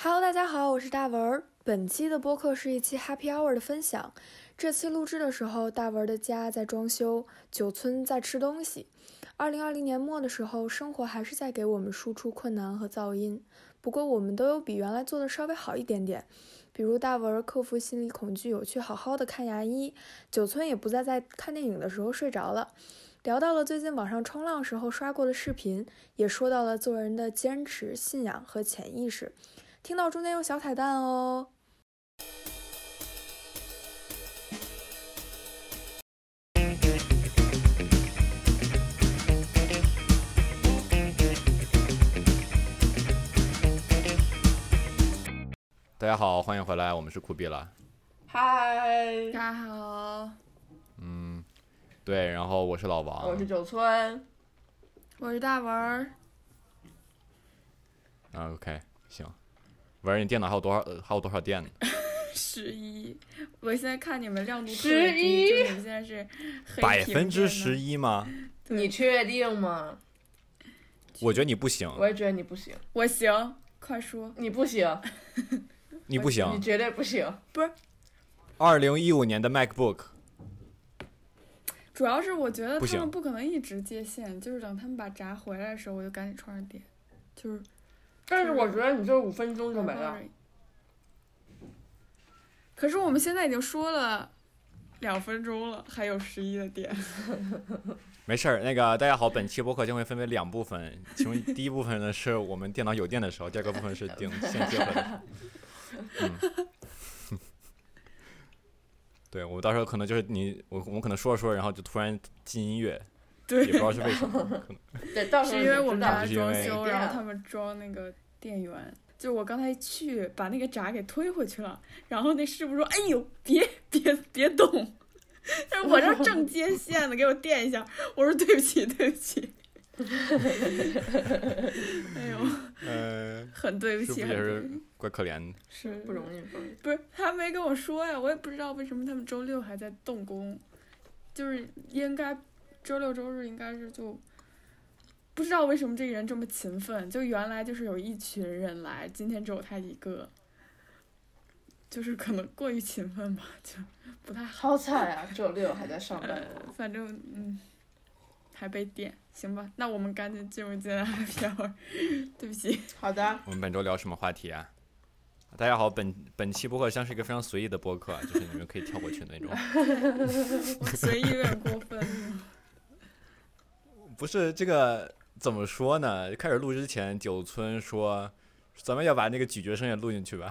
Hello，大家好，我是大文儿。本期的播客是一期 Happy Hour 的分享。这期录制的时候，大文儿的家在装修，九村在吃东西。二零二零年末的时候，生活还是在给我们输出困难和噪音，不过我们都有比原来做的稍微好一点点。比如大文儿克服心理恐惧，有去好好的看牙医；九村也不再在看电影的时候睡着了。聊到了最近网上冲浪时候刷过的视频，也说到了做人的坚持、信仰和潜意识。听到中间有小彩蛋哦。大家好，欢迎回来，我们是酷毙了。嗨，大家好，嗯，对，然后我是老王，我是九村。我是大文儿。啊，OK，行。文儿，你电脑还有多少？呃还有多少电呢？十一，我现在看你们亮度特11别低，就是你们现在是黑百屏分之电十脑，一吗？对你确定吗？我觉得你不行，我也觉得你不行，我行，快说，你不行，你不你行。绝对不行。二零一五年的 MacBook，主要是我觉得不他行们不可能一直接线，就是等他们把闸回来的时候，我就赶紧充上电，就是但是我觉得你就是五分钟就没了。。可是我们现在已经说了两分钟了，还有十一的电，没事儿。那个大家好，本期播客将会分为两部分，其中第一部分呢是我们电脑有电的时候，第二个部分是顶线接回 的。嗯，对我到时候可能就是你，我我们可能说着说着，然后就突然进音乐，也不知道对，是为什么，可能对，到时嗯 是候因为我们家是因装为修，嗯对啊然后他们装那个电源。就我刚才去把那个闸给推回去了，然后那师傅说：“哎呦，别别别动！”但是我这 正接线呢，给我电一下。我说：“对不起，对不起。”哎呦，呃，很对是不不起，是也很对是怪可怜的？是不容易，不容易。不是他没跟我说呀，我也不知道为什么他们周六还在动工，就是应该周六周日应该是就不知道为什么这个人这么勤奋，就原来就是有一群人来，今天只有他一个，就是可能过于勤奋吧，就不太好。好惨啊！周六还在上班呃，，反正 嗯，还被电，行吧，那我们赶紧进入今天的 happy hour，对 不 起，好的，我们本周聊什么话题啊？大家好，本本期播客像是一个非常随意的播客啊， 就是你们可以跳过去的那种。我随意有点过 分。不是这个怎么说呢？开始录之前，九村说咱们要把那个咀嚼声也录进去吧，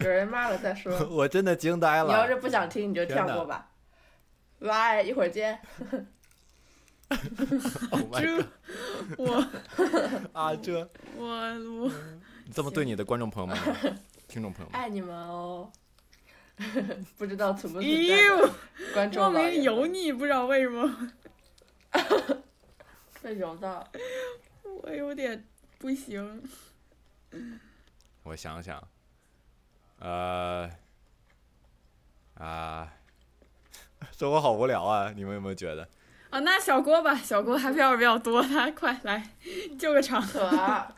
有人骂了 再说。我真的惊呆你要是了。不想听，你就跳过吧。来，一会儿见。 Oh my 这 god，我啊，这我我你这么对你的观众朋友们吗、听众朋友们？爱你们哦。 不知道存不存 在咦，的我观众哎莫老爷名们油腻，不知道为什么，被揉到，我有点不行。我想想，呃，啊、 生活好无聊啊！你们有没有觉得？啊，那小郭吧，小郭 happy hour 比较多，他快来救个场。 可啊。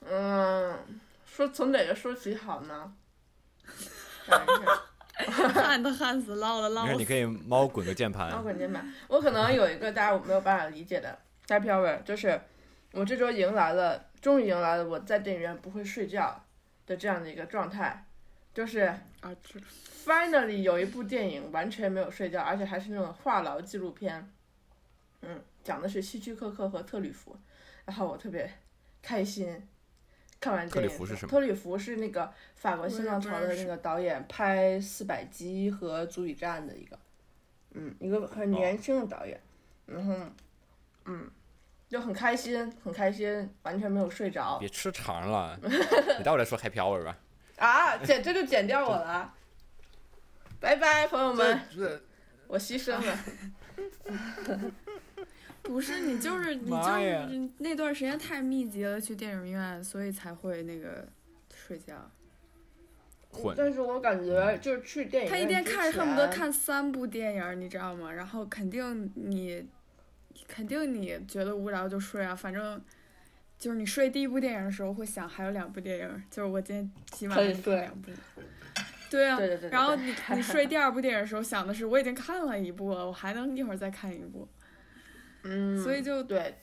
嗯，说从哪个说起好呢？想一想。旱的旱死，涝的你看，涝你死。可以猫滚个键盘然后，滚键盘，我可能有一个大家我没有办法理解的 happy hour，就是我这周迎来了，终于迎来了我在电影院不会睡觉的这样的一个状态，就是啊，这 finally 有一部电影完全没有睡觉，而且还是那种话痨纪录片，嗯，讲的是希区柯克和特吕弗，然后我特别开心。看完特电吕影，弗是什么特吕弗是那个法国新浪潮我也的不认那识个导演，拍《四百集》和《足以战》的一个，嗯，一个很哦年轻的导演，然后，嗯，就很开心，很开心，完全没有睡着别吃肠了，你待会儿再说 happy hour 吧。啊！剪这就剪掉我了，拜拜，朋友们，这我牺牲了。不是你，就是你，就妈呀是那段时间太密集了，去电影院，所以才会那个睡觉。混但是我感觉就是去电影他一院天之看恨不得前，看三部电影，你知道吗？然后肯定你，肯定你觉得无聊就睡啊，反正就是你睡第一部电影的时候会想还有两部电影，就是我今天起码可以能看睡两部。对啊，对对对对然后对你你睡第 二部电影的时候想的是我已经看了一部了，我还能一会儿再看一部，嗯，所以就对，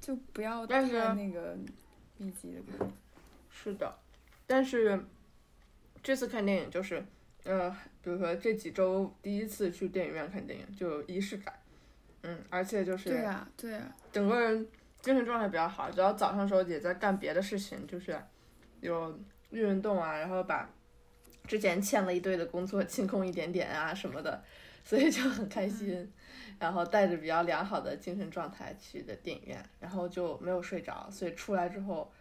就不要太但是那个密集的看。是的，但是这次看电影就是，呃，比如说这几周第一次去电影院看电影，就有仪式感，嗯，而且就是对啊，对啊，整个人精神状态比较好，只要早上的时候也在干别的事情，就是有运运动啊，然后把之前欠了一堆的工作 清空一点点啊什么的，所以就很开心，然后带着比较良好的精神状态去的电影院，然后就没有睡着，所以出来之后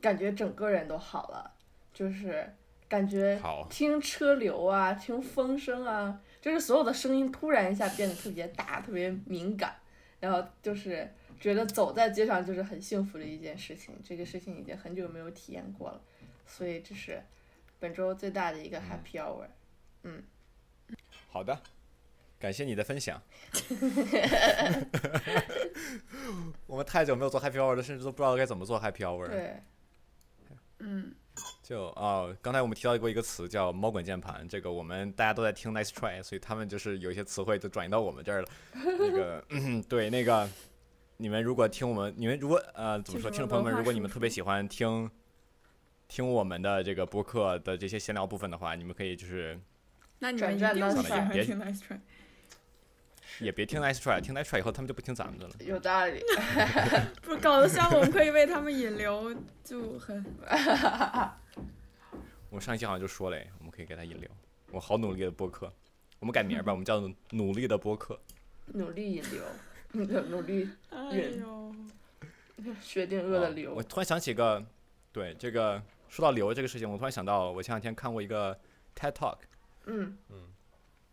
感觉整个人都好了，就是感觉好，听车流啊，听风声啊，就是所有的声音突然一下变得特别大，特别敏感，然后就是觉得走在街上就是很幸福的一件事情。这个事情已经很久没有体验过了，所以这是本周最大的一嗯个 happy hour。好的，感谢你的分享。 我们太久没有做 Happy Hour 了，甚至都不知道该怎么做 Happy Hour 了。对，嗯，就哦，刚才我们提到过一个词叫“猫滚键盘”，这个我们大家都在听 Nice Try，所以他们就是有一些词汇就转移到我们这儿了。那个， 对，那个你们如果听我们，你们如果呃怎么就说，听是众朋友们，文化如果你们输特别出喜欢听听我们的这个播客的这些闲聊部分的话，你们可以就是那你转们一战定到喜上海欢别听 Nice Try。也别听 Nice Try，听 Nice Try 以后他们就不听咱们的了。有道理。不搞得像我们可以为他们引流，就很我们上一期好像就说了，哎我们可以给他引流。我好努力的播客，我们改名儿吧，我们叫“努力的播客努力引流， 嗯努力哎人呦，薛定谔的啊流我。突然想起一个，对这个说到流这个事情，我突然想到，我前两天看过一个 TED Talk，嗯，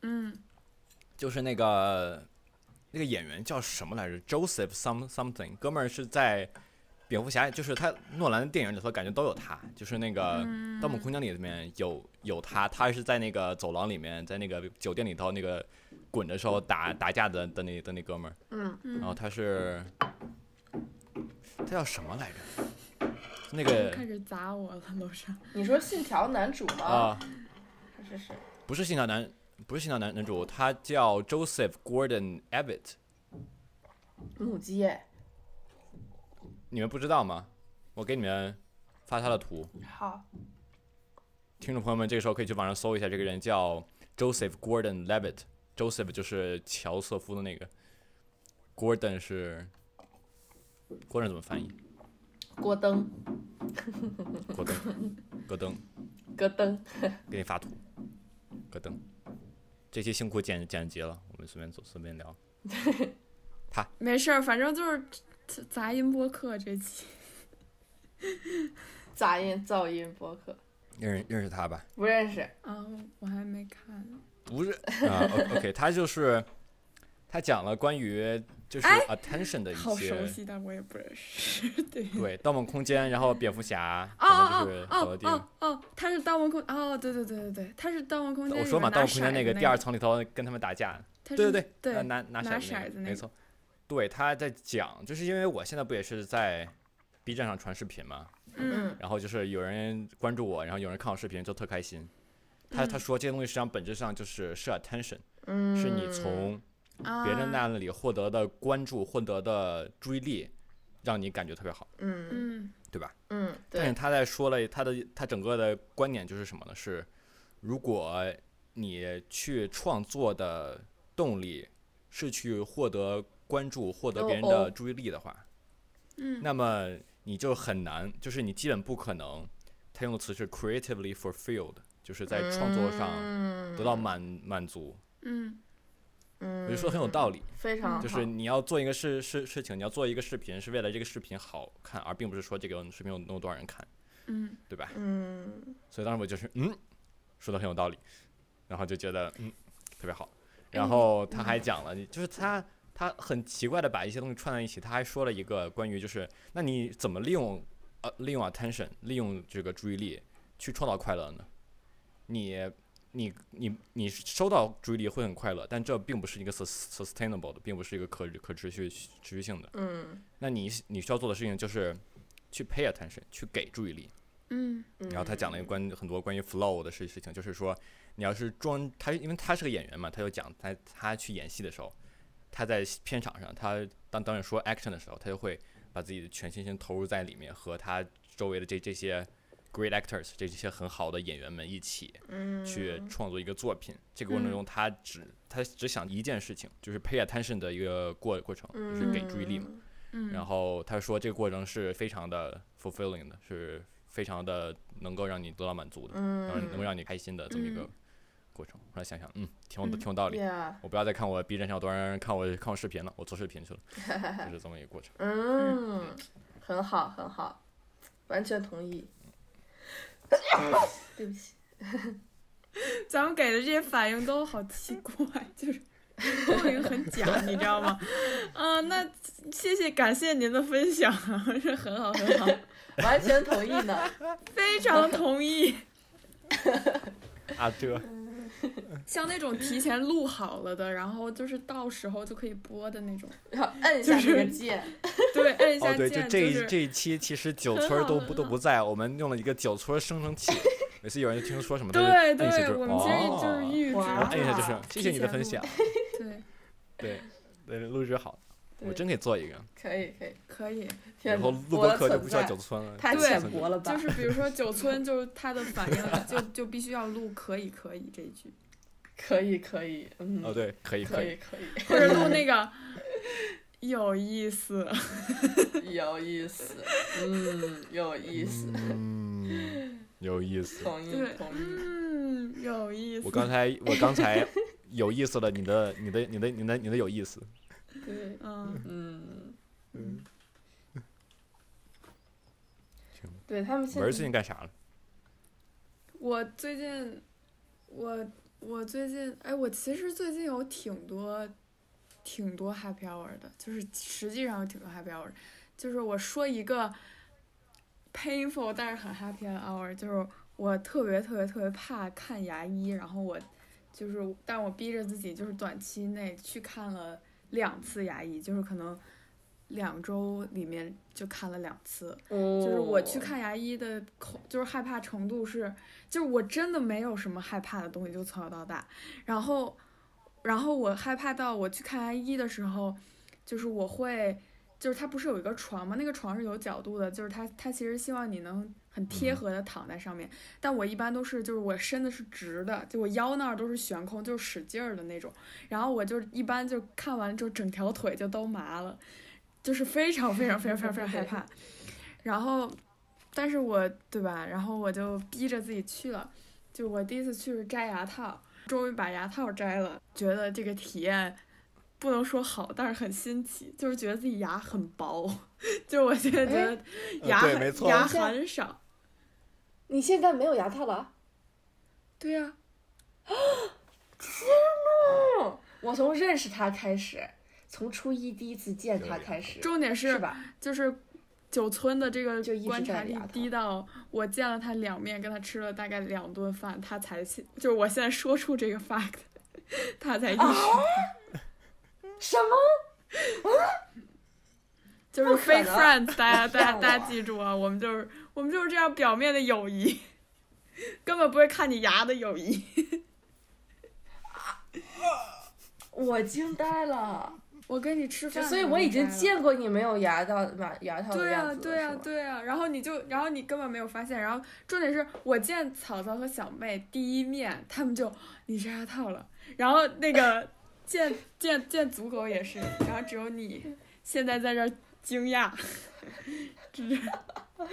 嗯就是那个那个演员叫什么来着？Joseph some something，哥们儿是在蝙蝠侠，就是他诺兰的电影里头感觉都有他，就是那个嗯《盗梦空间》里面有有他，他是在那个走廊里面，在那个酒店里头那个滚的时候打打架的的那的那哥们儿，嗯，然后嗯，他是他叫什么来着？那又个开始砸我了，楼上。你说《信条》男主吗？啊。还是谁？不是信条男，不是信条男男主，他叫 Joseph Gordon Abbott，母鸡耶。你们不知道吗？我给你们发他的图，好，听众朋友们这个时候可以去网上搜一下，这个人叫 Joseph Gordon Levitt，Joseph 就是乔瑟夫的那个，Gordon 是 Gordon 怎么翻译？郭登，戈登，戈登，戈登。给你发图，戈登。这期辛苦剪剪辑了，我们随便走随便聊。没事儿，反正就是杂音播客这期。杂音、噪音播客，认识认识他吧？不认识。啊，我还没看。不 是啊，O-，OK，他就是他讲了关于就是 attention 的一哎好些，熟悉，但我也不认识。对，对《盗梦空间》，然后蝙蝠侠，哦然后就哦是好多哦地哦方。哦，他是《盗梦空》哦，对对对对对，他是《盗梦空间》我里说嘛，《面盗拿梦空间》骰那子个第二层里头跟他们打架，他对是对对呃拿拿拿骰骰子那没个错，对，他在讲，就是因为我现在不也是在 B 站上传视频嘛，嗯，然后就是有人关注我，然后有人看我视频就特开心。他嗯他说这些东西实际上本质上就是是 attention，、嗯，是你从别人啊那里获得的关注、获得的注意力，让你感觉特别好，嗯嗯对吧？嗯，但是对，他在说了他的他整个的观点就是什么呢？是如果你去创作的动力是去获得关注、获得别人哦哦的注意力的话，嗯那么你就很难，就是你基本不可能。他用的词是 creatively fulfilled，就是在创作上上得到满满足，嗯我我就说很有道理。非嗯常好就是你要做一个事事事情，你要做一个视频，是为了这个视频好看，而并不是说这个视频有能有多少人看，嗯，对吧？嗯，所以当时我就是嗯，说的很有道理，然后就觉得嗯特别好。嗯然后他还讲了，就是他他很奇怪的把一些东西串在一起，他还说了一个关于就是那你怎么利用呃利用 attention 利用这个注意力去创造快乐呢？你你你你收到注意力会很快乐，但这并不是一个 sus- sustainable 的，并不是一个可可持续持续性的。嗯那你你需要做的事情就是去 pay attention，去给注意力。嗯嗯。然后他讲了一个关很多关于 flow 的事事情，就是说你要是装他，因为他是个演员嘛，他就讲他他去演戏的时候，他在片场上，他当导演说 action 的时候，他就会把自己的全身心投入在里面，和他周围的这这些 great actors 这些很好的演员们一起嗯去创作一个作品。这个过程中，他只他只想一件事情，就是 pay attention 的一个过过程，就是嗯给注意力嘛。嗯，然后他说这个过程是非常的 fulfilling 的，是非常的能够让你得到满足的，嗯，然后能够让你开心的这么一个嗯过程。后来想想，嗯，挺有嗯挺有道理。 Yeah，我不要再看我 B 站上有多少人看我看我视频了，我做视频 去了，就是这么一个过程。嗯，很好，很好，完全同意。嗯 对不起，咱们给的这些反应都好奇怪， 就是莫名很假， 你知道吗？啊、那谢谢，感谢您的分享，是很好很 好，完全同意呢。 非常同意。啊，这 像那种提前录好了的，然后就是到时候就可以播的那种，然后摁一下这个键，对，摁一下哦对，键、就这一是这一期其实九很村儿好都很不都好不在，我们用了一个九村儿生成 器，每次有人听说什么，他就对摁一下对，就是我们其实就是哦预知哇然后摁一下就啊是谢谢你的分享，对，对对，录制好了，我对真可以做一个。可以可以。可以，以天后哪，录我播的客就存不叫在九村了，太九对村浅薄了吧？就是比如说九村，就是他的反 应就就必须要录可以可以这一句，可以可以，嗯，哦，对，可以可以，以可以，或者录那个有意思。 有意思，嗯，有意思，嗯，有意思。同意对同意。嗯，有意思。我刚才我刚才有意思了，你的你的你的你的你的有意思，对，嗯，嗯，嗯，对他们文现儿最在近干啥了？我最近，我我最近，哎，我其实最近有挺多，挺多 happy hour 的，就是实际上有挺多 happy hour，就是我说一个 painful 但是很 happy 的 hour，就是我特别特别特别怕看牙医，然后我就是，但我逼着自己就是短期内去看了两次牙医，就是可能两周里面就看了两次，嗯就是我哦去看牙医的恐，就是害怕程度是，就是我真的没有什么害怕的东西，就从小到大。然后，然后我害怕到我去看牙医的时候，就是我会，就是它不是有一个床吗？那个床是有角度的，就是它它其实希望你能很贴合的躺在上面。但我一般都是，就是我身子是直的，就我腰那儿都是悬空，就是使劲儿的那种。然后我就一般就看完就整条腿就都麻了，就是非常非常非常非常非常害怕。然后，但是我对吧？然后我就逼着自己去了，就我第一次去是摘牙套，终于把牙套摘了，觉得这个体验不能说好，但是很新奇，就是觉得自己牙很薄， 就我现在觉得哎呃牙对很没错牙很少，你现在没有牙套啊了？对呀、哦，我从认识他开始，从初一第一次见他开始，重点是是吧？就是九村的这个就一直观戴察着力牙套低到我见了他两面，跟他吃了大概两顿饭，他才信就是我现在说出这个 fact，他才意识到，哦什么？就是 fake 能 friends，大 家大家骗我大家记住啊，我们就是我们就是这样表面的友谊， 根本不会看你牙的友谊。 我惊呆了，我跟你吃就饭，所以我已经。见过你没有牙套马牙套的啊对样呀，子了，对呀，是吗，对呀，然后你就，然后你根本没有发现，然后重点是我见草草和小妹第一面，他们就你摘牙套了，然后 那个见见见足狗也是，然后只有你现在在这儿惊讶， 啊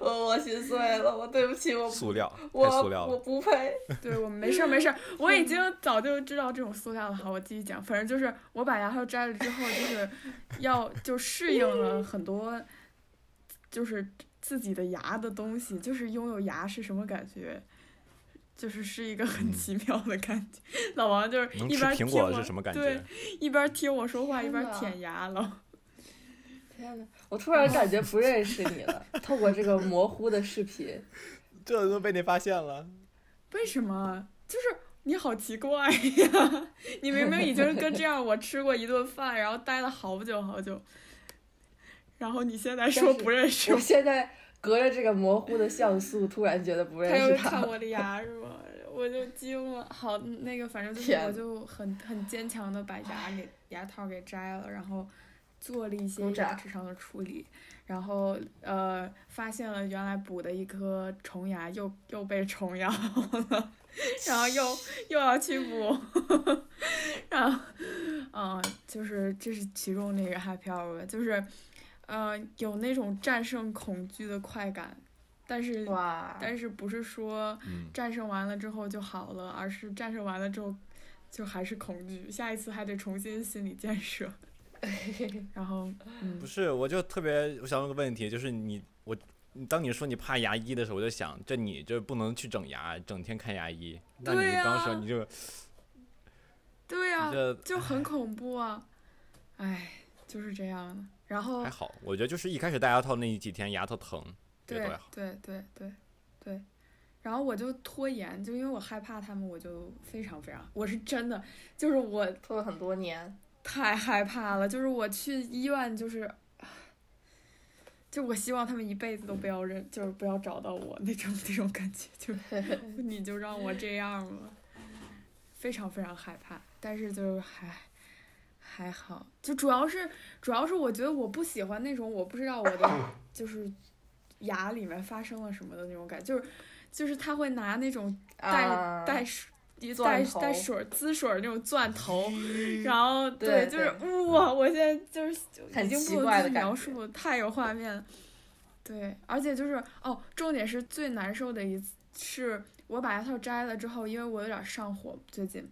我我心碎了，我对不起，我 塑料，我太塑料我了。不配，对我们没事儿没事儿，我已经早就知道这种塑料了。好，我继续讲，反正就是我把牙套摘了之后，就是要就适应了很多，就是自己的牙的东西，就是拥有牙是什么感觉，就是是一个很嗯奇妙的感觉。老王就是能一吃边苹听果我是什么感对 觉？，一边听我说话一天边哪舔牙了。天哪，我突然感觉不认识你 了，透过这个模糊的视频，这都被你发现了，为什么？就是你好奇怪呀！ 你明明已经跟这样我吃过一顿饭，然后待了好久好久，然后你现在说不认识我现在隔着这个模糊的像素，突然觉得不他认又识看他。我的牙是吗？我就惊了。好，那个反正就是天我就很很坚强的把牙给牙套给摘了，然后做了一些鼓掌牙齿上的处理，然后呃发现了原来补的一颗虫牙又又被虫咬了，然后又又要去补， 然后嗯、就是这是其中那个 happy hour，吧就是呃有那种战胜恐惧的快感，但是哇，但是不是说嗯，战胜完了之后就好了，而是战胜完了之后就还是恐惧，下一次还得重新心理建设。然后，嗯不，是，我就特别我想问个问题，就是你我你当你说你怕牙医的时候，我就想，这你这不能去整牙，整天看牙医，那你对呀当时你就、对呀、你这就很恐怖啊！哎，就是这样的。然哦后还，好，我觉得就是一开始戴牙套那几天牙套疼，觉得对特别好。对对对对，然后我就拖延，就因为我害怕他们，我就非常非常，我是真的，就是我拖了很多年，太害怕了，就是我去医院，就是，就我希望他们一辈子都不要认，就是不要找到我那种那种感觉， 就是你就让我这样吧，非常非常害怕，但是就是还还好，就主要是主要是我觉得我不喜欢那种我不知道我的就是牙里面发生了什么的那种感觉，就是就是他会拿那种带、啊，带水一带钻带头水滋水那种钻头，然后嗯对嗯就是哇，我现在就是就很已经奇不怪的能自己感描觉述，太有画面了。对，而且就是哦，重点是最难受的一次是我把牙套摘了之后，因为我有点上火，最近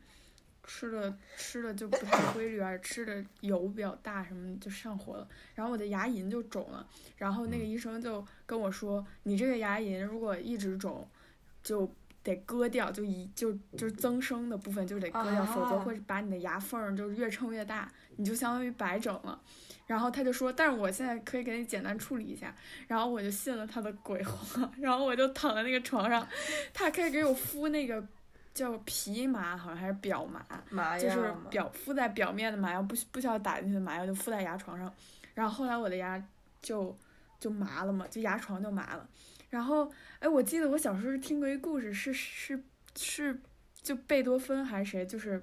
吃的吃的就不太规律，而且吃的油比较大，什么就上火了。然后我的牙龈就肿了，然后那个医生就跟我说，你这个牙龈如果一直肿，就得割掉，就一就就是增生的部分就得割掉，否则啊会把你的牙缝儿就是越撑越大，你就相当于白整了。然后他就说，但是我现在可以给你简单处理一下。然后我就信了他的鬼话， 然后我就躺在那个床上，他开始给我敷那个叫皮麻，好像还是表麻，麻就药是嘛，表敷在表面的麻药，不需不需要打进去的麻药就敷在牙床上。然后后来我的牙就就麻了嘛，就牙床就麻了。然后哎，我记得我小时候听过一故事，是是是，就贝多芬还是谁，就是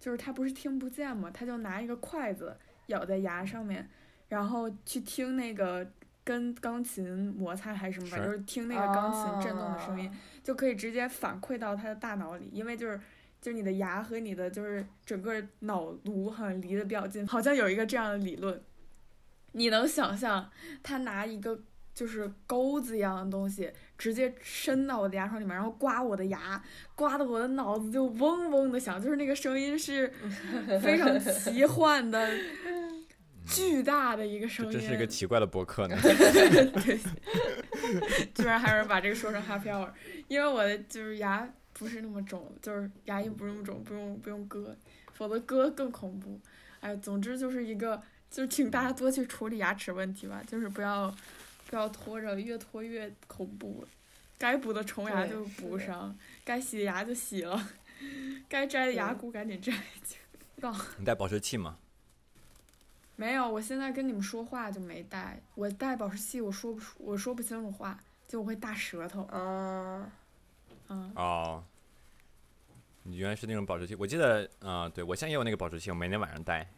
就是他不是听不见嘛，他就拿一个筷子咬在牙上面，然后去听那个。跟钢琴摩擦还是什么，反正就是听那个钢琴震动的声音，啊就可以直接反馈到他的大脑里，因为就是就是你的牙和你的就是整个脑颅好像离得比较近，好像有一个这样的理论。你能想象他拿一个就是钩子一样的东西，直接伸到我的牙床里面，然后刮我的牙，刮的我的脑子就嗡嗡的响，就是那个声音是非常奇幻的、巨大的一个声这音。真是一个奇怪的博 客呢。 对，居然还有人把这个说成 happy hour，因为我的就是牙不是那么肿，就是牙龈不是那么肿，不用不用割，否则割更恐怖。哎，总之就是一个，就是请大家多去处理牙齿问题吧，就是不要不要拖着，越拖越恐怖。该补的虫牙对就是补的上，该洗牙就洗了，该摘的牙骨赶紧摘。你戴保湿器吗？没有，我现在跟你们说话就没戴，我戴保湿器，我说不出，我说不清楚话，就我会大舌头。啊嗯，嗯，哦，你原来是那种保湿器，我记得，啊、对我现在也有那个保湿器，我每天晚上戴。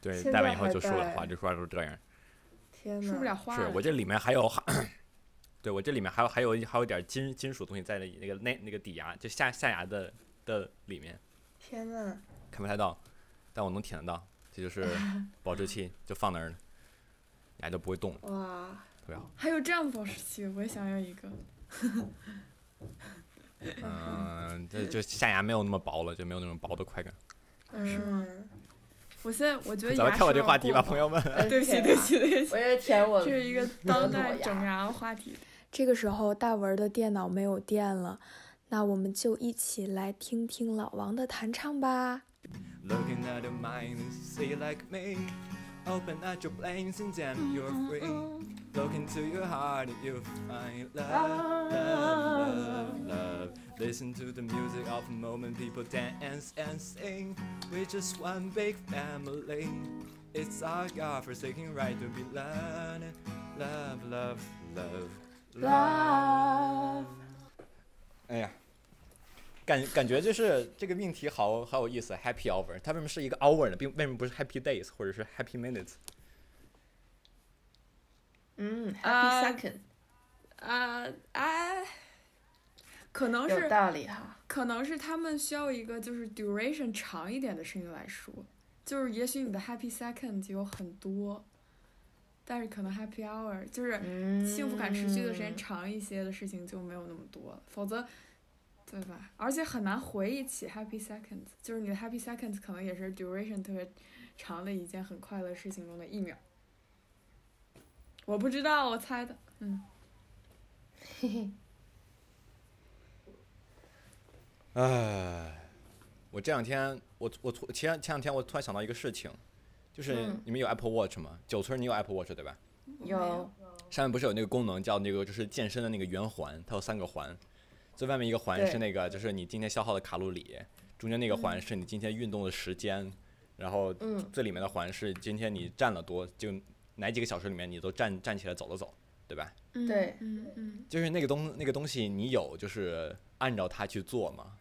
对，现戴完在以后还就梳了戴花，就梳了就这样。天说不哪！了话是了。我这里面还有，对我这里面还有还有还有点金金属东西在那那个那那个底牙，就下下牙的的里面天哪！看不太到，但我能舔得到，这就是 保质期，就放那儿了，牙就不会动了，哇，特别好。还有这样的保湿器，我也想要一个。嗯，这就下牙没有那么薄了，就没有那种薄的快感。是吗？嗯，我现在我觉得咱牙们是跳过这个要话题过吧，的朋友们。 对不起，对不起，对不起，我也舔我嗯这是一个当代整牙的话题。这个时候，大文儿的电脑没有电了，那我们就一起来听听老王的弹唱吧。 Looking at a mine, say like me, Open up your blessings and you're free. Look into your heart and you'll find love, love, love, love. Listen to the music of the moment people dance and sing. We're just one big family. It's our God forsaken right to be loved. Love, love, love, love. 哎呀，感感觉就是这个命题好好有意思，Happy Hour，它为什么是一个 hour 呢？并为什么不是 Happy Days 或者是 Happy Minutes？嗯啊，Happy Second，啊哎，可能有是道理哈。可能是他们需要一个就是 duration 长一点的声音来说，就是也许你的 happy second 有很多，但是可能 happy hour 就是嗯，幸福感持续的时间长一些的事情就没有那么多了，否则，对吧？而且很难回忆起 happy seconds，就是你的 happy seconds 可能也是 duration 特别长的一件很快乐事情中的一秒。我不知道，我猜的。唉，我这两天我我突前前两天我突然想到一个事情，就是嗯你们有 Apple Watch 吗？九村你有 Apple Watch 对吧？有上面不是有那个功能叫那个就是健身的那个圆环，它有三个环，最外面一个环对是那个就是你今天消耗的卡路里，中间那个环是你今天运动的时间，然后嗯最里面的环是今天你站了多，就哪几个小时里面你都站站起来走了走，对吧？嗯对嗯嗯，就是那个东那个东西你有就是按照它去做吗？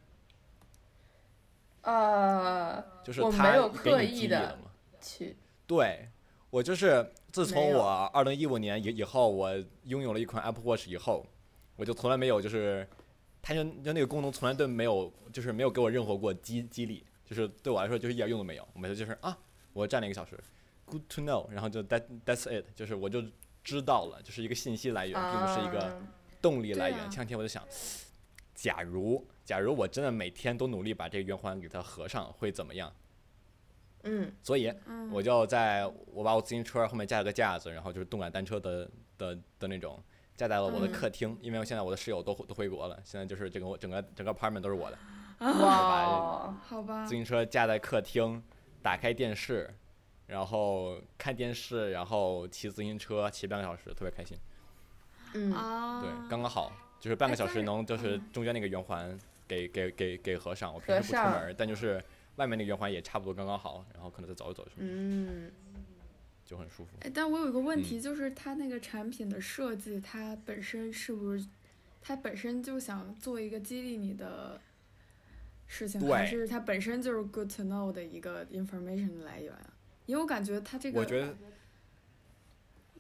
呃就是我没它有给刻你意激励的了吗？去对我就是自没从有我二零一五年以以后，我拥有了一款 Apple Watch 以后，我就从来没有就是，它就就那个功能从来都没有就是没有给我任何过激激励，就是对我来说就是一点用都没有。我每次就是啊，我站了一个小时，Good to know，然后就 that that's it，就是我就知道了，就是一个信息来源，并不是一个。啊动力来对源。啊前两天我就想，假如假如我真的每天都努力把这个圆环给它合上，会怎么样？嗯所以我就在我把我自行车后面架了个架子，然后就是动感单车的的的那种。架在了嗯我的客厅，因为我现在我的室友都都回国了，现在就是整个整个整个 apartment 都是我的。啊哇哦，嗯好吧自。行车架在客厅，打开电视，然后看电视，然后骑自行车骑半个小时，特别开心。嗯啊，对，刚刚好，就是半个哎小但时是能就是嗯中间那个圆环给给给给合上。我平合时不出门上儿，但就是外面那个圆环也差不多刚刚好，然后可能再走一走什么，嗯，就很舒服。哎，但我有一个嗯问题，就是它那个产品的设计，它本身是不是，它本身就想做一个激励你的事情，还对是它本身就是 good to know 的一个 information 来源啊？因为我感觉它这个，我觉得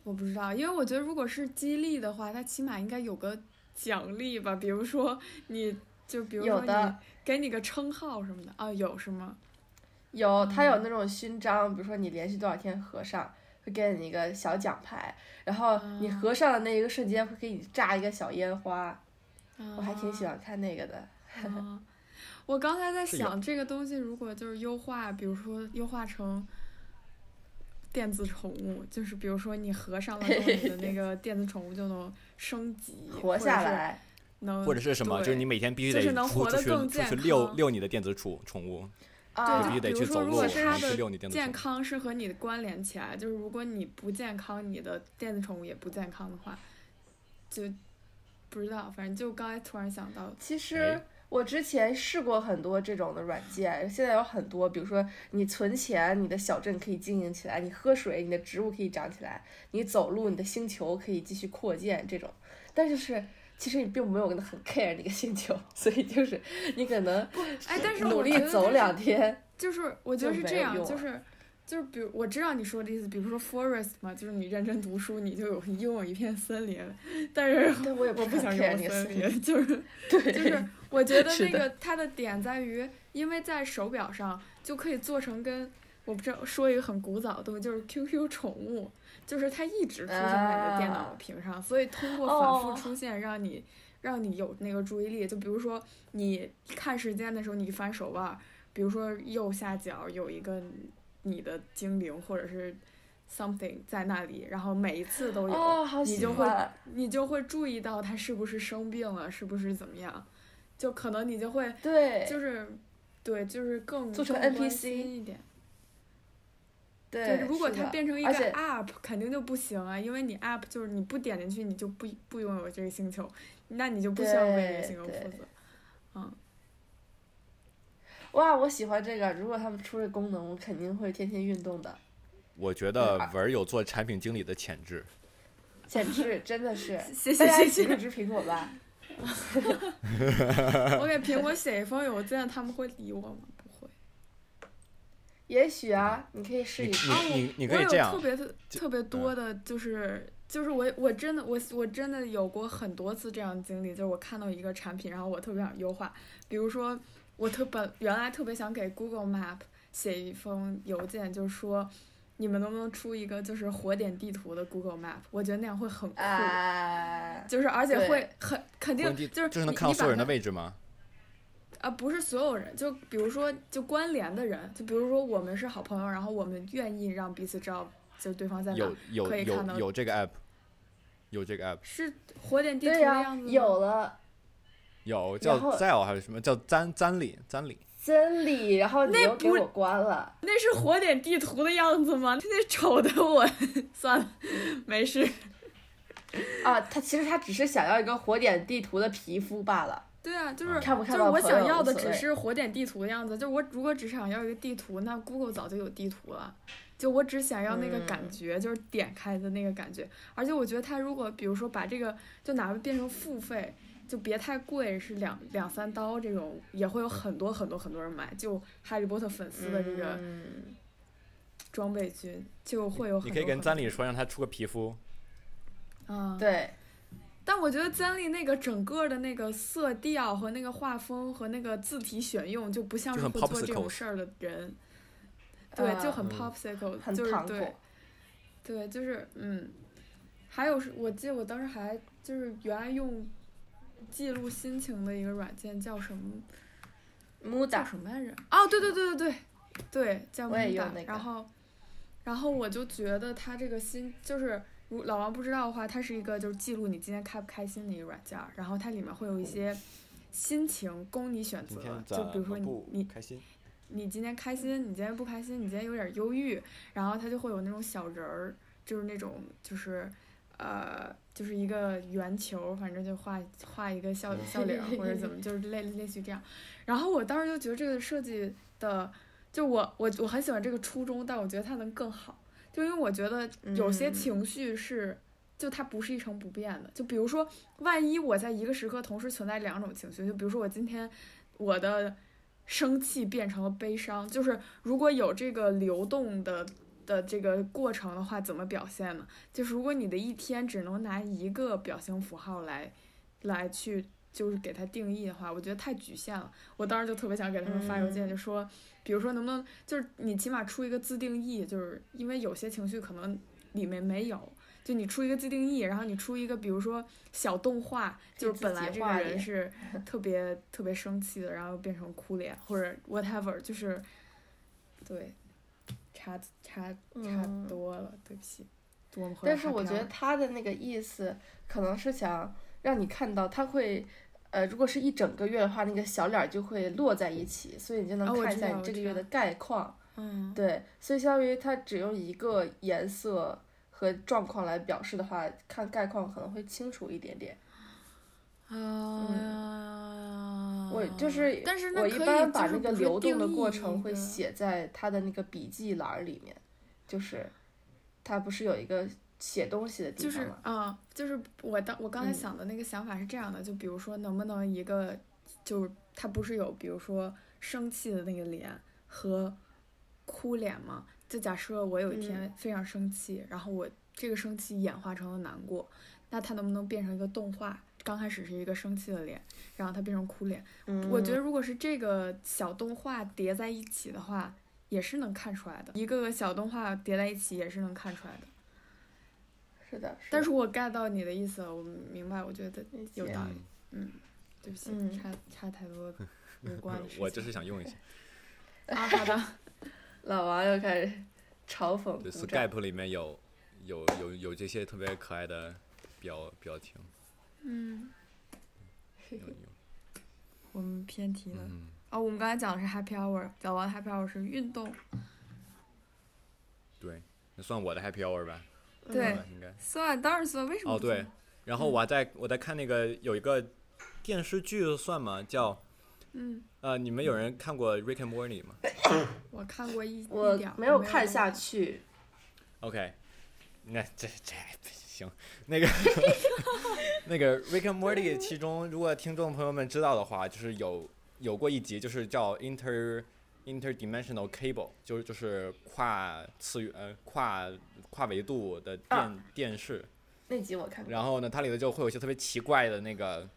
我不知道，因为我觉得如果是激励的话，它起码应该有个奖励吧，比如说你就比如有说你的给你个称号什么的啊，有是吗？有，它嗯有那种勋章，比如说你连续多少天合上，会给你一个小奖牌，然后你啊合上的那一个瞬间会给你炸一个小烟花，我还挺喜欢。欢看那个的。哦我刚才在是有想，这个东西如果就是优化，比如说优化成电子宠物，就是比如说你合上了之后，你的那个电子宠物就能升级， 活下，来，能或者是什么，就是对你每天必须就得是能出活出得去更出去健遛康遛你的电子宠宠物，啊就必须对得比去如走说，如路，果然它后去的遛你电子健宠物。康是和你的关联起来，就是如果你不健康，你的电子宠物也不健康的话，就不知道，反正就刚才突然想到，其实哎我之前试过很多这种的软件，现在有很多，比如说你存钱，你的小镇可以经营起来；你喝水，你的植物可以长起来；你走路，你的星球可以继续扩建这种。但就是其实你并没有很 care 那个星球， 所以就是你可能哎，但是努我力觉得走它是两天，就是我觉得就是这没有样，用就了是就是比如我知道你说的意思，比如说 forest 嘛，就是你认真读书，你就有拥有一片森林，但是但我也我不不是想很 care 拥有那个森星球。林，就是对，就是 我觉得是那个它的点在于，因为在手表上就可以做成跟。我不知道说一个很古早的东西，就是 QQ 宠物，就是它一直出现在你的电脑啊屏上，所以通过反复哦出现，让你、让你有那个注意力。就比如说你看时间的时候，你翻手腕，比如说右下角有一个你的精灵或者是 something 在那里，然后每一次都有，哦，好你喜就会欢。你就会注意到它是不是生病了，是不是怎么样，就可能你就会对，就是对，就是更做成更关 NPC 心一点。对，如果是它的变成一个而且 app，肯定就不行啊，因为你 app 就是你不点进去，你就不不拥有这个星球，那你就不需要为这个对星球负对责。哇，我喜欢这个。如果他们出这功能，我肯定会天天运动的。我觉得文儿有做产品经理的潜质。简直真的是，谢大谢家谢一起谢入，职苹果吧。我给苹果写一封邮件，他们会理我吗？不会。也许啊，你可以试你一试。你你你可以我这有样嗯特，别特特别多的，就是就是我我真的我我真的有过很多次这样的经历，就是我看到一个产品，然后我特别想优化，比如说我特本原来特别想给 Google Map 写一封邮件，就是说你们能不能出一个就是火点地图的 Google Map？我觉得那样会很酷，啊，就是而且对会很肯定关键就是就是能你看到你所有把人的它位置吗？啊，不是所有人，就比如说就关联的人，就比如说我们是好朋友，然后我们愿意让彼此知道就对方在哪有儿，有可以看有到有这个 app，有这个 app，是火点地图对的呀、样子吗有了有然叫后 Zell 还是什么叫簪簪里簪里。真理，然后你那又给不我关了。那是火点地图的样子吗？那丑的我 算了，没事。啊，他其实他只是想要一个火点地图的皮肤罢了。对啊，就是、啊看不就嗯看是到朋我友想要无的所只谓是火点地图的样子，就是我如果只想要一个地图，那 Google 早就有地图了。就我只想要那个嗯感觉，就是点开的那个感觉。而且我觉得它如果比如说把这个就哪怕变成付费，就别太贵，是两两三刀这种，也会有很多很多很多人买。就哈利波特粉丝的这个嗯，装备军，就会有很你多 可以跟很簪多里说，让他出个皮肤。啊，对，但我觉得詹丽那个整个的那个色调和那个画风和那个字体选用就不像就是会很做这 popsicles 种事儿的人，对，就很嗯 popsicle，、很就是糖对果，对，就是嗯，还有是我记得我当时还就是原来用记录心情的一个软件叫什么木叫达。什么来着？哦，对对对对对对，叫我也 Muda 用那个然后，然后我就觉得它这个新就是，如老王不知道的话，它是一个就是记录你今天开不开心的一个软件儿，然后它里面会嗯有一些心情供你选择，就比如说你你开心？你今天开心，你今天不开心，你今天有点忧郁，然后它就会有那种小人儿，就是那种就是。呃，就是一个圆球，反正就画画一个嗯笑笑脸儿或者怎么，就是类类似于这样。然后我当时就觉得这个设计的，就我我我很喜欢这个初衷，但我觉得它能更好，就因为我觉得有些嗯情绪是。就它不是一成不变的，就比如说，万一我在一个时刻同时存在两种情绪，就比如说我今天我的生气变成了悲伤，就是如果有这个流动的的这个过程的话，怎么表现呢？就是如果你的一天只能拿一个表情符号来来去就是给它定义的话，我觉得太局限了。我当时就特别想给他们发邮件，嗯就说，比如说能不能就是你起码出一个自定义，就是因为有些情绪可能里面没有。就你出一个自定义，然后你出一个，比如说小动画，可以就是本自己来这个画人脸 是特别特别生气的，然后变成哭脸或者 whatever，就是对，差差差嗯多了，对不起，我们回来但是看我觉片得儿他的那个意思可能是想让你看到，他会，呃，如果是一整个月的话，那个小脸儿就会摞在一起，所以你就哦能我看一知下道你我这个知月的道概况。嗯，对，所以相当于它只用一个颜色和状况来表示的话，看概况可能会清楚一点点。嗯啊，我就是但是那嗯我可一以般把就是那个比如流说动的定义过一程会个写在它的那个笔记栏儿里面，就是它不是有一个写东西的地就方是吗？啊，就是我当我刚才嗯想的那个想法是这样的，就比如说能不能一个，就是它不是有比如说生气的那个脸和哭脸吗？就假设我有一天嗯非常生气，然后我这个生气演化成了难过，那它能不能变成一个动画？刚开始是一个生气的脸，然后它变成哭脸。我嗯觉得如果是这个小动画叠在一起的话，也是能看出来的。一个个小动画叠在一起也是能看出来的。是的，但是是我 get 到你的意思了，我明白，我觉得的理有解道理。嗯，对不起，嗯差差太多 无关的事情。我就是想用一下。啊，好的，老王又开始嘲讽对鼓掌。 ，Skype 里面有有有有这些特别可爱的表表情。嗯，有有我们偏题了。嗯，哦，我们刚才讲的是 happy hour，讲完 happy hour 是运动。对，那算我的 happy hour 吧，对，应该。算当然算，为什么？哦对，，然后我还在我在看那个有一个电视剧算吗？叫嗯，呃，你们有人看过《Rick and Morty》吗我看过一我一点儿没有看下去， ？OK，那这这行，那个那个《Rick and Morty》其中，如果听众朋友们知道的话，就是有有过一集，就是叫 Inter Interdimensional Cable，就是就是跨次元呃跨跨维度的电、电视。那集我看过。然后呢，它里头就会有一些特别奇怪的那个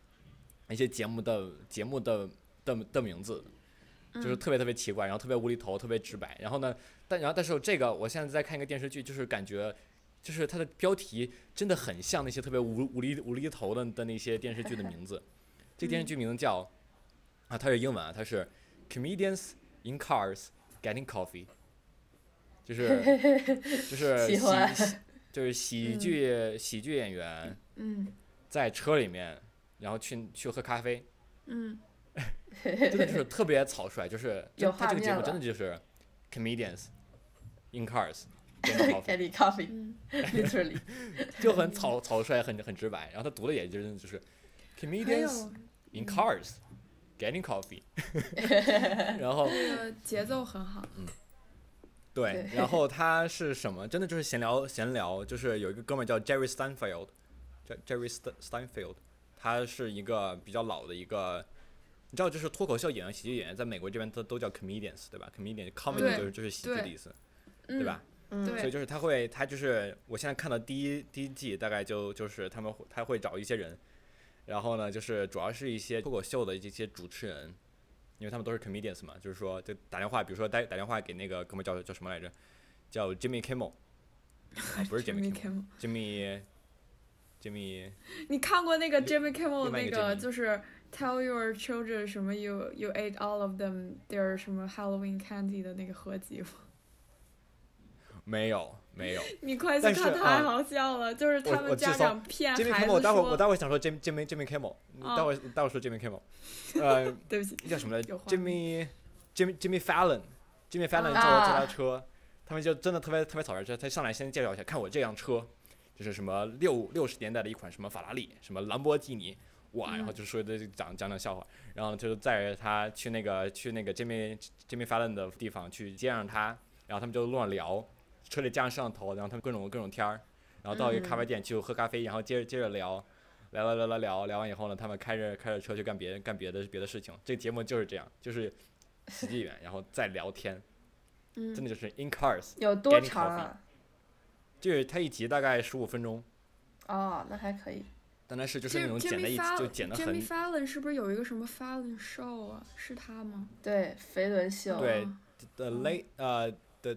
一些节目的节目的的的名字，就是特别特别奇怪，然后特别无厘头，特别直白。然后呢，但然后但是这个我现在在看一个电视剧，就是感觉。就是它的标题真的很像那些特别无无厘无厘头的的那些电视剧的名字，这个电视剧名字叫啊，它是英文啊，它是 Comedians in Cars Getting Coffee，就是就是喜喜欢喜就是喜剧、喜剧演员，嗯在车里面，然后去去喝咖啡，嗯 真的就是特别草率，就是有就他这个画节目面真的就是 comedians in cars getting coffee， Getting coffee, 嗯 literally。就很草草率，很很直白。然后他读的也就是就是嗯，还有 comedians in cars getting coffee，然后这个呃节奏很好，对，然后他是什么？真的就是闲聊，闲聊，就是有一个哥们儿叫 Jerry Steinfeld，叫 Jerry Ste- Steinfeld，他是一个比较老的一个，你知道，就是脱口秀演员、喜剧演员，在美国这边都都叫 comedians，对吧？comedian comedy 对就是就是喜剧的对意思，对对？吧？ 嗯所以对，就是他会，他就是我现在看到第一第一季，大概就就是他们会他会找一些人，然后呢，就是主要是一些脱口秀的这些主持人，因为他们都是 comedians 嘛，就是说就打电话，比如说打打电话给那个哥们儿叫叫什么来着，叫 Jimmy Kimmel，啊嗯不是 Jimmy Kimmel。 Kimmel，Jimmy Jimmy 你看过那个 Jimmy 另 Kimmel 外一那个个 Jimmy 就是 Tell Your Children 什么 You You Ate All of Them Their 什么 Halloween Candy 的那个合集吗？没有没有你快去但是看，啊太好笑了，就是我他我们记家错长骗，Jimmy 孩 Kimmel，我子待会儿我说，待会儿想说 Jimmy Jimmy Jimmy Kimmel，你哦待会儿待会儿说 Jimmy Kimmel，呃。对不起，叫什么来着有画？Jimmy Jimmy Jimmy Fallon，Jimmy Fallon 坐啊坐他车，他们就真的特别特别草率，就他上来先介绍一下，看我这辆车，就是什么六六十年代的一款什么法拉利，什么兰博基尼，哇，然后就说的讲讲讲笑话，然后就是载着他去那个去那个 Jimmy Jimmy Fallon 的地方去接上他，然后他们就乱聊，车里架上摄像头，然后他们各种各种天儿，然后到一个咖啡店去喝咖啡，然后接着接着聊。聊聊聊聊聊，聊完以后呢，他们开着开着车去干别干别的别的事情。这个节目就是这样，就是喜剧演员，然后再聊天，真嗯，的就是 in cars。有多长啊？就是它一集大概十五分钟，哦，那还可以。但它是就是那这种剪的 Jimmy 一集就剪 Fallon 的 Jimmy 很 Fallon 是不是有一个什么 Fallon Show 啊？是他吗？对，肥伦秀。对啊 the late 呃 the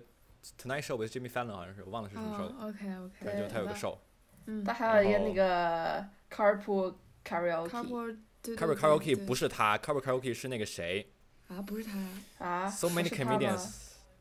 Tonight Show with Jimmy Fallon 好像是我忘了是什么 show 了，哦，OK OK，反正就它有个对 show。嗯他还有一个然后那个 carpool karaoke ，Carpool 对 Cover Karaoke 不是他，Cover Karaoke 是那个谁啊，不是他呀，啊，So many 不是他吗 comedians，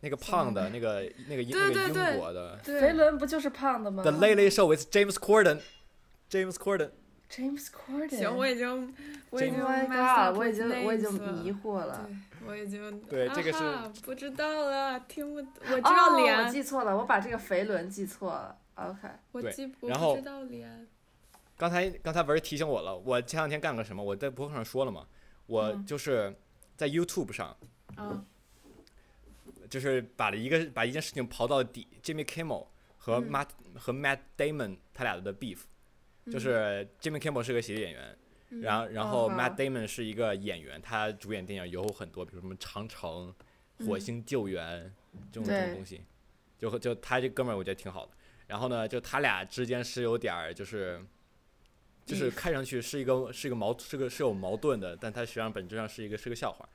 那个胖的那个那个英对那对个对嗯英国的肥对，伦不就是胖的吗 The Late Late Show with James Corden，James Corden。 ？James Corden。行，我已经我已 Oh 经 my messed up god！我已 with 经我已经 names 了迷惑了。对，我已经 对这个是啊哈不知道了，听不，我知我道哦我脸，记错了，我把这个肥伦记错了。OK，我对记我然后不知道脸，刚才刚才不是提醒我了，我前两天干了什么？我在博客上说了嘛，我嗯就是在 YouTube 上，啊，就是把了一个把一件事情刨到底，Jimmy Kimmel 和 Matt、和 Matt Damon 他俩的 beef，、就是 Jimmy Kimmel 是个喜剧演员，然后然后哦 Matt Damon 是一个演员，他主演电影有很多，比如什么《长城》《火星救援》这种这种对东西，就和就他这哥们儿我觉得挺好的。然后呢，就他俩之间是有点儿就是。就是看上去是一个是一个矛是个是有矛盾的，但它实际上本质上是一个是个笑话。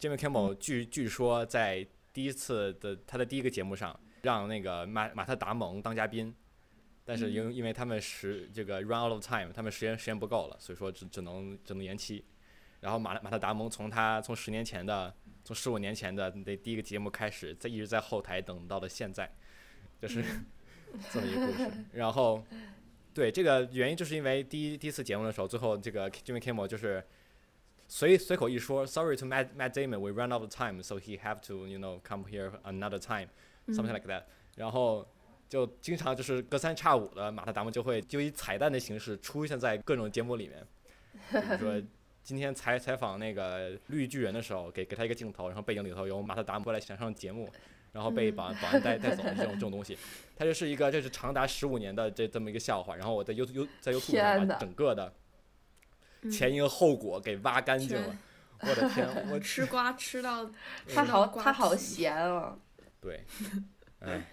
Jimmy Kimmel 据据说在第一次的他的第一个节目上，让那个马马特达蒙当嘉宾，但是因因为他们时这个 run out of time，他们时间时间不够了，所以说只只能只能延期。然后马马特达蒙从他从十年前的从十五年前的那第一个节目开始，在一直在后台等到了现在，就是 这么一个故事。然后，对这个原因就是因为第一第一次节目的时候，最后这个 Jimmy Kimmel 就是随随口一说，Sorry to Matt Matt Damon, we ran out of time, so he have to you know come here another time, something like that、然后就经常就是隔三差五的马特达蒙就会就以彩蛋的形式出现在各种节目里面，比如 说今天采采访那个绿巨人的时候，给给他一个镜头，然后背景里头有马特达蒙过来想上节目，然后被保嗯安保安带带走这种这种东西，它就是一个这是长达十五年的这这么一个笑话，然后我在 You You 在 YouTube 上天把哪整个的嗯前因后果给挖干净了，我的 天，我吃瓜吃到他好瓜他好皮闲啊，对，哎。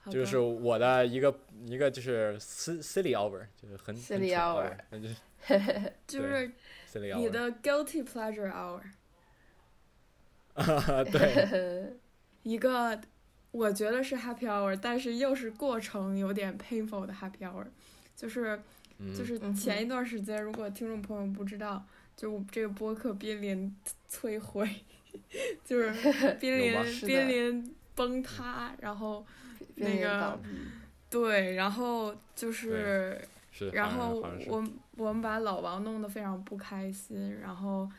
好这就吧是我的一个一个就是 si- silly hour，就是很很 Silly hour 蠢那就是就对是 silly 你 hour。的 guilty pleasure hour， 对， 一个我觉得是 happy hour，但是又是过程有点 painful 的 happy hour，就是嗯就是嗯哼前一段时间，如果听众朋友不知道，就这个播客濒临摧毁， 就是 濒有吗临是的濒临崩塌，然后边那缘个倒对，然后就是，是，然好像后好像是我们我们把老王弄得非常不开心，然后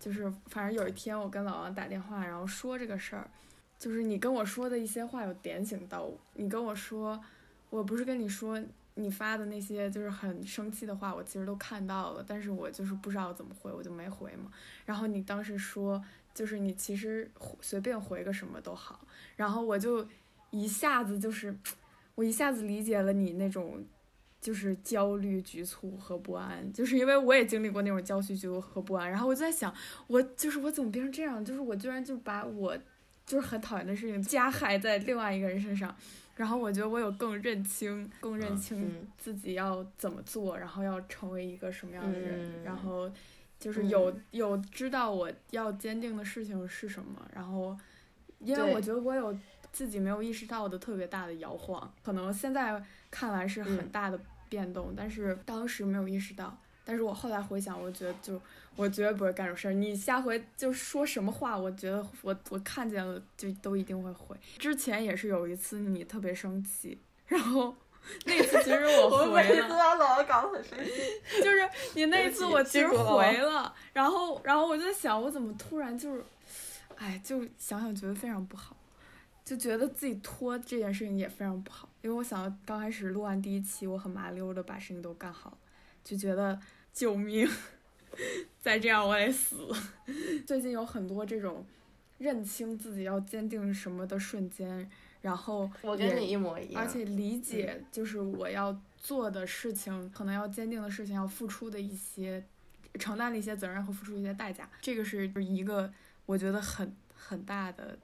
就是反正有一天我跟老王打电话，然后说这个事儿，就是你跟我说的一些话有点醒到我，你跟我说，我不是跟你说你发的那些就是很生气的话，我其实都看到了，但是我就是不知道怎么回，我就没回嘛。然后你当时说，就是你其实回随便回个什么都好，然后我就一下子就是，我一下子理解了你那种。就是焦虑、局促和不安，就是因为我也经历过那种焦虑、局促和不安。然后我就在想，我就是我怎么变成这样？就是我居然就把我就是很讨厌的事情加害在另外一个人身上，然后我觉得我有更认清、更认嗯清嗯自己要怎么做，然后要成为一个什么样的人，嗯然后就是有、嗯有知道我要坚定的事情是什么，然后因为对我觉得我有自己没有意识到的特别大的摇晃，可能现在看来是很嗯大的变动，但是当时没有意识到。但是我后来回想，我觉得就我绝对不会干这种事儿。你下回就说什么话，我觉得我我看见了就都一定会回。之前也是有一次你特别生气，然后 那次其实我 我每回次了，把老王搞得很生气。就是你那次我其实对不起记住了啊回了，然后然后我就想我怎么突然就是，哎，就想想觉得非常不好，就觉得自己拖这件事情也非常不好，因为我想到刚开始录完第一期，我很麻溜的把事情都干好了，就觉得救命， 再这样我得死。 最近有很多这种认清自己要坚定什么的瞬间，然后我跟也你一模一样，而且理解就是我要做的事情，可能要坚定的事情，要付出的一些，承担的一些责任和付出一些代价，这个是一个我觉得很很大的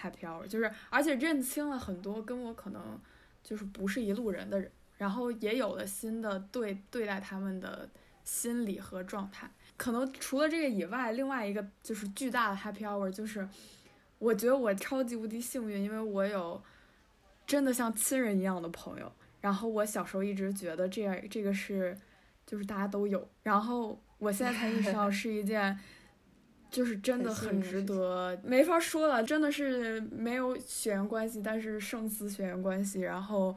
happy hour，就是而且认清了很多跟我可能就是不是一路人的人，然后也有了新的对对待他们的心理和状态。可能除了这个以外，另外一个就是巨大的 happy hour，就是我觉得我超级无敌幸运，因为我有真的像亲人一样的朋友。然后我小时候一直觉得这样这个是就是大家都有，然后我现在才意识到是一件就是真的很幸很运的值事情得，没法说了，真的是没有血缘关系，但是胜似血缘关系，然后。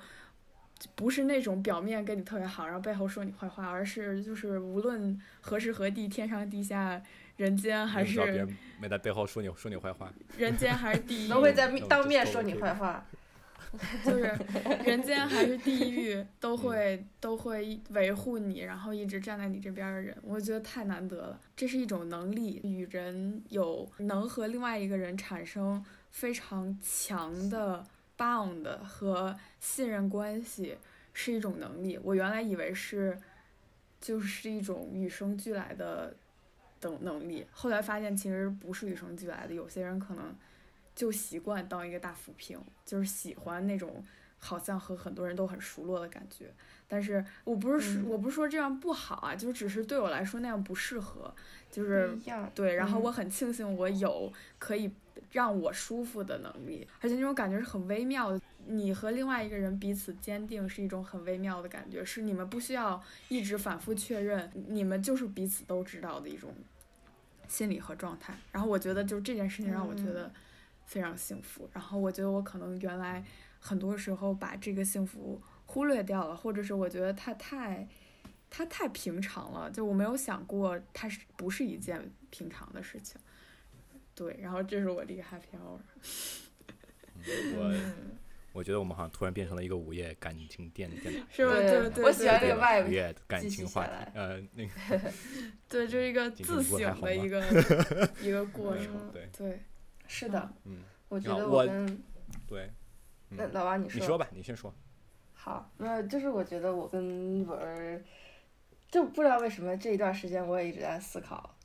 不是那种表面跟你特别好，然后背后说你坏话，而是就是无论何时何地，天上地下，人间还你知道别是人没在背后说你说你坏话，人间 还是地狱，都会在嗯当面这说是你坏话。就是 人间还是地狱，都会都会维护你，然后一直站在你这边儿的人，我觉得太难得了。这是一种能力，与人有能和另外一个人产生非常强的 bond 和信任关系，是一种能力。我原来以为是，就是一种与生俱来的等能力，后来发现其实不是与生俱来的，有些人可能。就习惯当一个大浮萍，就是喜欢那种好像和很多人都很熟络的感觉。但是我不是说、嗯我不是说这样不好啊，就是只是对我来说那样不适合，就是一样，对，然后嗯我很庆幸我有可以让我舒服的能力，而且那种感觉是很微妙的。你和另外一个人彼此坚定是一种很微妙的感觉，是你们不需要一直反复确认，你们就是彼此都知道的一种心理和状态。然后我觉得，就是这件事情让我觉得非常幸福。然后我觉得我可能原来很多时候把这个幸福忽略掉了，或者是我觉得它太它太平常了，就我没有想过它是不是一件平常的事情。嗯对，然后这是我的一个 happy hour。我我觉得我们好像突然变成了一个午夜感情电电台，是吧？对对对，我喜欢这对对个吧 vibe 午夜感继情续话下题来，呃，那个嗯对，这是一个今自天过得还省好的吗一个 一个过嗯程。对对，是的，嗯，我觉好得我嗯跟对，那嗯老王你你说吧，你先说，好，那就是我觉得我跟文儿，就不知道为什么这一段时间我也一直在思考，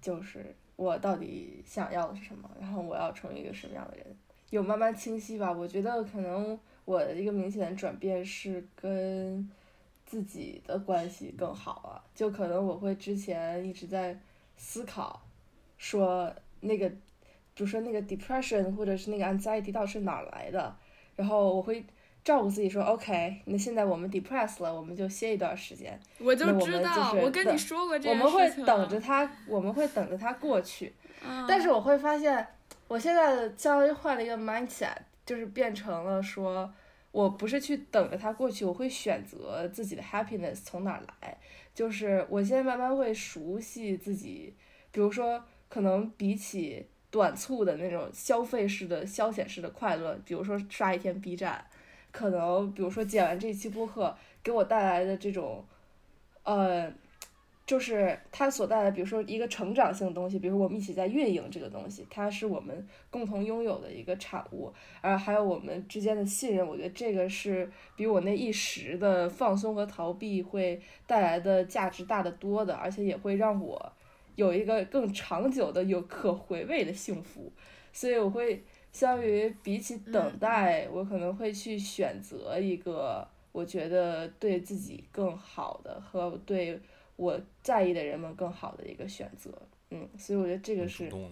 就是我到底想要的是什么，然后我要成为一个什么样的人，有慢慢清晰吧。我觉得可能我的一个明显的转变是跟自己的关系更好啊，就可能我会之前一直在思考，说那个，比如说那个 depression 或者是那个 anxiety 到底是哪儿来的，然后我会。照顾自己说，OK，那现在我们 depressed 了，我们就歇一段时间，我就那我知们就道，是我跟你等说过这我件们会事情啊等着了，它，我们会等着它过去。嗯但是我会发现，我现在的相当于换了一个 mindset，就是变成了说，我不是去等着它过去，我会选择自己的 happiness 从哪儿来。就是我现在慢慢会熟悉自己，比如说，可能比起短促的那种消费式的、消遣式的快乐，比如说刷一天 B 站，可能比如说剪完这期播客给我带来的这种，呃，就是它所带来，比如说一个成长性的东西，比如我们一起在运营这个东西，它是我们共同拥有的一个产物，而还有我们之间的信任，我觉得这个是比我那一时的放松和逃避会带来的价值大得多的，而且也会让我有一个更长久的、有可回味的幸福，所以我会相于比起等待，我可能会去选择一个我觉得对自己更好的和对。我在意的人们更好的一个选择。嗯，所以我觉得这个你是主动了，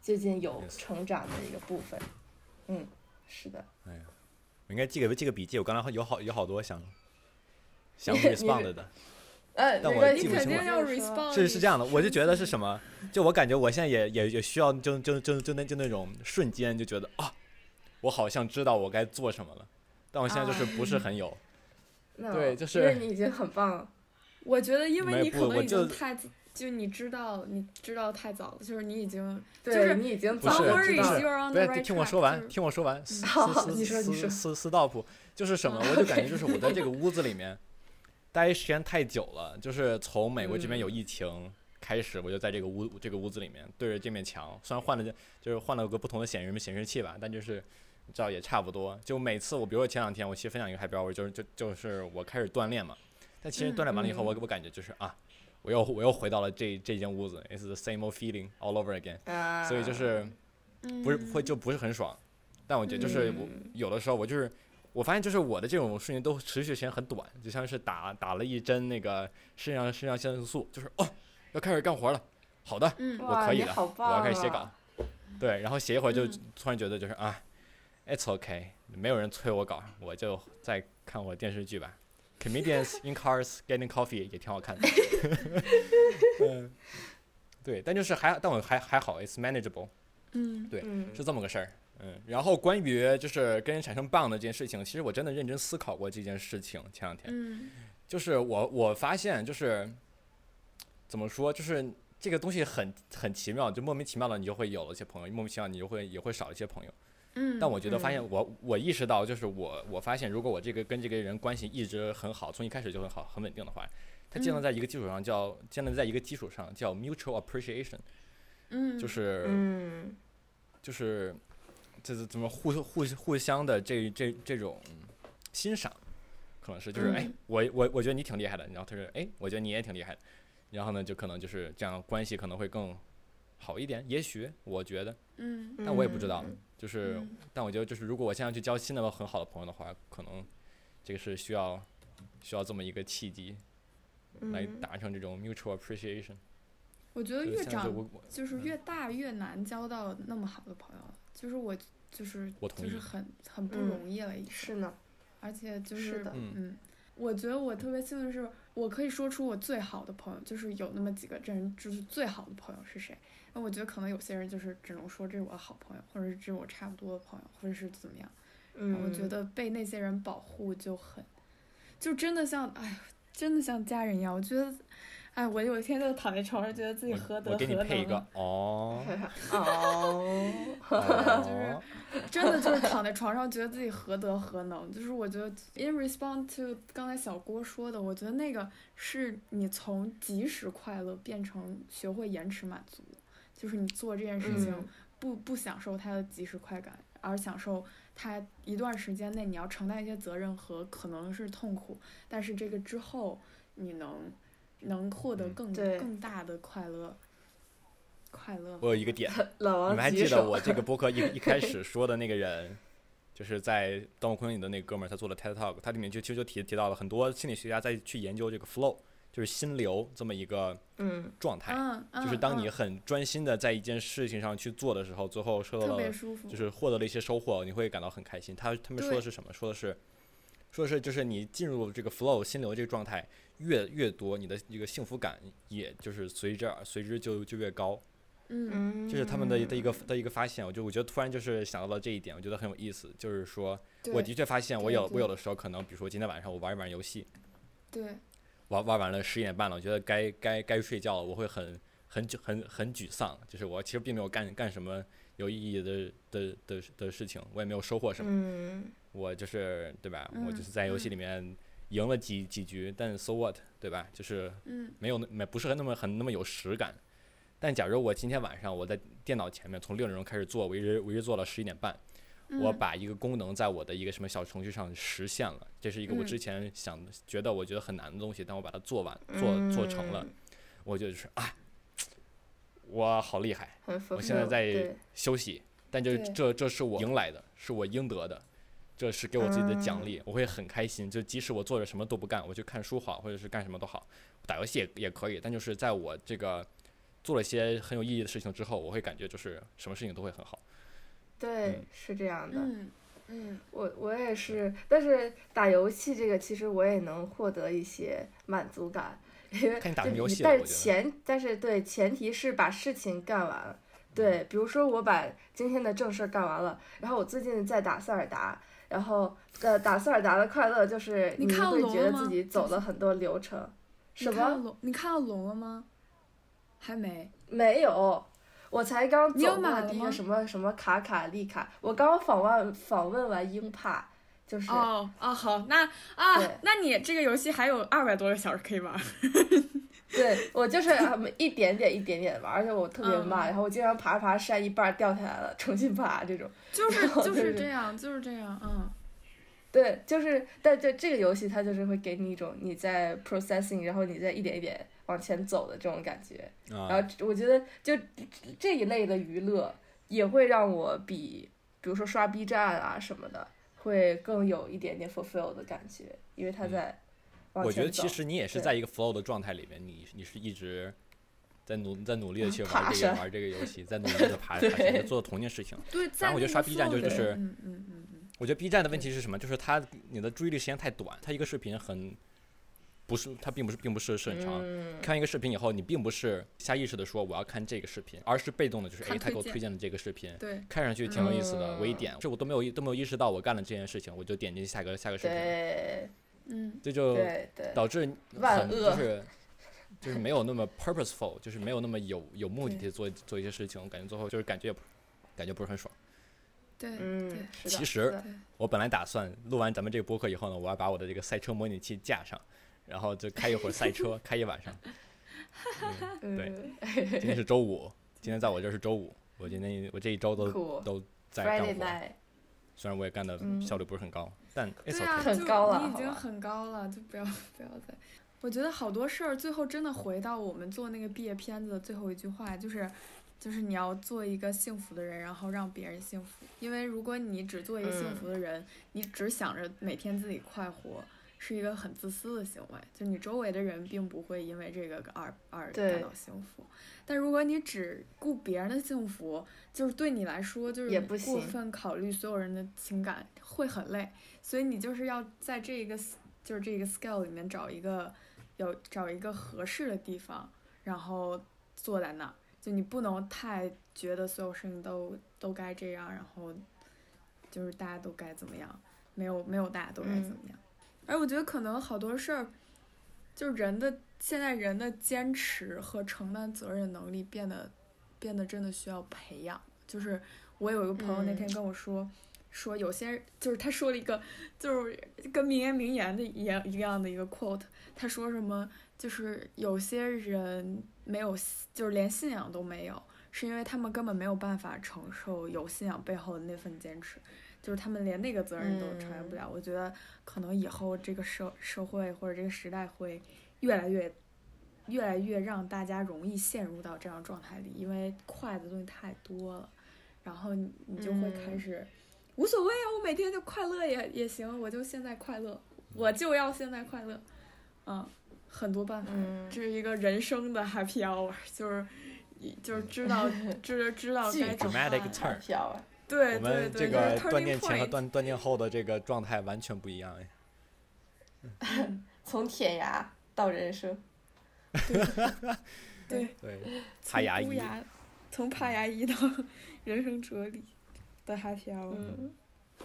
最近有 Yes 成长的一个部分。嗯，是的，我应该记个记个笔记，我刚才有好有好多想想你你 respond 的，呃，但没我关记系哎你不肯清定了要就是说 respond 是是这样的，我就觉得是么？什么，就我感觉我现在也也也需要就就就就那就那种瞬间就觉得啊，我好像知道我该做什么了，但我现在就是不是很有，那对我就是因为你已经很棒了。我觉得，因没为你不可我能已就经太早就你知道，你知道太早了，就是你已经对 就是你已经不早是，Don't 就知 worry, 道不是了。 you're on 不 the 是 right track。听我说完，就是听我说完，私好私你说你私说私私道铺就是什么，我就感觉就是我在这个屋子里面待时间太久了，就是从美国这边有疫情开始，我就在这个屋这个屋子里面对着这面墙，虽然换了就是换了个不同的显示显示器吧，但就是。你知道也差不多，就每次我，比如说前两天，我其实分享一个 happy hour，就是就就是我开始锻炼嘛，但其实锻炼完了以后，我我感觉就是啊，我又我又回到了这这间屋子，it's the same old feeling all over again，啊，所以就是不嗯是会就不是很爽。但我觉得就是我嗯有的时候我就是我发现就是我的这种瞬间都持续时间很短，就像是打打了一针那个肾上肾上腺素，就是哦要开始干活了，好的，嗯，我哇可以你了，好我要棒开始写稿啊。对，然后写一会儿就嗯突然觉得就是啊，it's okay，没有人催我稿，我就再看会儿电视剧吧。Comedians in cars getting coffee 也挺好看的。 嗯，对，但就是还但我还还好，it's manageable。嗯，嗯，是这么个事儿。嗯，然后关于就是跟人产生 bond 的这件事情，其实我真的认真思考过这件事情。前两天，嗯，就是我我发现就是怎么说，就是这个东西很很奇妙，就莫名其妙的你就会有了一些朋友，莫名其妙你就会也会少一些朋友。嗯，但我觉得发现我我意识到，就是我我发现，如果我这个跟这个人关系一直很好，从一开始就很好很稳定的话，它建立嗯在一个基础上叫建立在一个基础上叫 mutual appreciation，嗯，就是嗯，就是这是怎么互互互相的这这这种欣赏，可能是就是、哎，嗯我我我觉得你挺厉害的，然后他说哎，我觉得你也挺厉害的，然后呢就可能就是这样关系可能会更好一点，也许我觉得，嗯但我也不知道，就是、嗯但我觉得就是如果我现在去交新的很好的朋友的话，可能这个是需要需要这么一个契机嗯来达成这种 mutual appreciation，、我觉得就嗯呃越现在就长我我就是嗯越大越难交到那么好的朋友了，就是我就是我同就是意很很不嗯容易了，已经。是呢，而且就是是的嗯嗯，我觉得我特别幸运的是，我可以说出我最好的朋友，就是有那么几个人，就是最好的朋友是谁。那我觉得可能有些人就是只能说这是我的好朋友，或者是这是我差不多的朋友，或者是怎么样。嗯，我觉得被那些人保护就很，就真的像哎，真的像家人一样。我觉得哎，我有一天就躺在床上，觉得自己何德我给你何配一个能， 哦， 哦，哦真的就是躺在床上，觉得自己何德何能。就是我觉得，in response to 刚才小郭说的，我觉得那个是你从及时快乐变成学会延迟满足，就是你做这件事情嗯不不享受它的即时快感，而享受它一段时间内你要承担一些责任和可能是痛苦，但是这个之后你能能获得嗯更对更大的快乐，快乐。我有一个点，老王你们还举记得手我这个播 客一一开始说的那个人，就是在《盗梦空间》里的那个哥们儿，他做了 TED Talk，他里面就就就提提到了很多心理学家在去研究这个 flow，就是心流这么一个嗯，状态，嗯，嗯就是当你嗯很专心的在一件事情上去做的时候，最后受到特了别舒服，就是获得了一些收获，你会感到很开心。他他们说的对是什么？说的是，说的是就是你进入这个 flow 心流这个状态越越多，你的这个幸福感也就是随之而随之就就越高。嗯嗯这是他们的的一个的一个发现，我就我觉得突然就是想到了这一点，我觉得很有意思。就是说，我对的确发现我对有对我有的时候可能，比如说今天晚上我玩一玩游戏，对，玩玩完了十一点半了，我觉得该该该睡觉了，我会很很沮很很沮丧，就是我其实并没有干干什么有意义的的的的事情，我也没有收获什么，嗯，我就是对吧？我嗯就是在游戏里面赢了几几局，但 so what 对吧？就是嗯没有那没不是很那么很那么有实感。但假如我今天晚上我在电脑前面从六点钟开始做，我一直我一直做到十一点半，嗯，我把一个功能在我的一个什么小程序上实现了，这是一个我嗯之前想的觉得我觉得很难的东西，但我把它做完做做成嗯了，我就是啊，我好厉害，很 fulfill，我现在在对休息，但这对这这是我赢来的，是我应得的，这是给我自己的奖励，我会很开心。就即使我做着什么都不干，我去看书好，或者是干什么都好，打游戏也也可以，但就是在我这个做了一些很有意义的事情之后，我会感觉就是什么事情都会很好。对嗯，是这样的。嗯嗯我我也是，但是打游戏这个其实我也能获得一些满足感，因为看你打就什么游你戏了但我是觉得前但是对前提是把事情干完了。嗯对，比如说我把今天的正事儿干完了，然后我最近在打塞尔达，然后呃打塞尔达的快乐就是你看会龙觉得了自吗己走了很多流程，什你看到么龙？你看到龙了吗？还没。没有。我才刚你有走买过了第一吗个什么什么卡卡利卡，我刚访问访问完英帕，就是哦哦，好，那啊对，那你这个游戏还有二百多个小时可 以玩。对我就是啊一点点一点点玩，而且我特别慢，嗯然后我经常爬着爬着山一半儿掉下来了，重新爬这种。 就是就对是对这样，就是这样，嗯，对，就是但这这个游戏它就是会给你一种你在 processing，然后你在一点一点往前走的这种感觉。然啊，后这我觉得就这一类的娱乐也会让我比，比如说刷 B 站啊什么的，会更有一点点 fulfill 的感觉，因为它嗯在往前走。我觉得其实你也是对在一个 flow 的状态里面，你你是一直在努在努力的去啊爬玩这个山玩这个游戏，在努力的爬爬山，对在做同一件事情。对，在我觉得那个刷 B 站 flow 就里是嗯嗯嗯嗯，我觉得 B 站的问题是什么？就是它你的注意力时间太短，它一个视频很不是，它并不是并不是是很长。嗯，看一个视频以后，你并不是下意识的说我要看这个视频，而是被动的，就是看哎，他推给我推荐荐了这个视频，对，看上去挺有意思的，我嗯一点，这我都没有意都没有意识到我干了这件事情，我就点进下个下个视频，对嗯这就对对，导致万很就恶是就是没有那么 purposeful，就是没有那么有有目的对地做做一些事情，感觉最后就是感觉也不感觉不是很爽。对，嗯，是的其是实的我本来打算录完咱们这个播客以后呢，我要把我的这个赛车模拟器架上，然后就开一会儿赛 车，开一晚上。嗯对嗯今天是周五，今天在我这儿是周五，我今天我这一周都酷都在干 Friday 活， night。虽然我也干的嗯效率不是很高，但 it's 对啊， okay。很就高了你已好经吧很高了，就不要 不要再。我觉得好多事儿最后真的回到我们做那个毕业片子的最后一句话，就是，就是你要做一个幸福的人，然后让别人幸福。因为如果你只做一个幸嗯福的人，你只想着每天自己快活，是一个很自私的行为。就你周围的人并不会因为这个而而感对到幸福。但如果你只顾别人的幸福，就是对你来说就是也你不过行分考虑所有人的情感，会很累。所以你就是要在这一个 s- 就是这个 scale 里面找一个有找一个合适的地方，然后坐在那儿，就你不能太觉得所有事情都都该这样，然后就是大家都嗯该怎么样，没有没有大家都该怎么样。而我觉得可能好多事儿，就是人的现在人的坚持和承担责任能力变得变得真的需要培养。就是我有一个朋友那天跟我说，说有些人就是他说了一个就是跟名言名言的一样一样的一个 quote，他说什么就是有些人没有就是连信仰都没有，是因为他们根本没有办法承受有信仰背后的那份坚持。就是他们连那个责任都承担不了。我觉得可能以后这个社社会或者这个时代会越来越越来越让大家容易陷入到这样的状态里，因为快的东西太多了，然后你你就会开始、无所谓啊，我每天就快乐也也行，我就现在快乐，我就要现在快乐，嗯，很多办法，嗯这是一个人生的 happy hour，就是。就是 知道，知知道巨该怎么 dramatic 办 turn，飘啊，对我对们对，这就是个 turning 锻炼前和 point 锻锻炼后的这个状态完全不一样哎。从天涯到人生，对，从爬牙乌医鸦，从爬牙医到 人生哲理的 happy hour。嗯，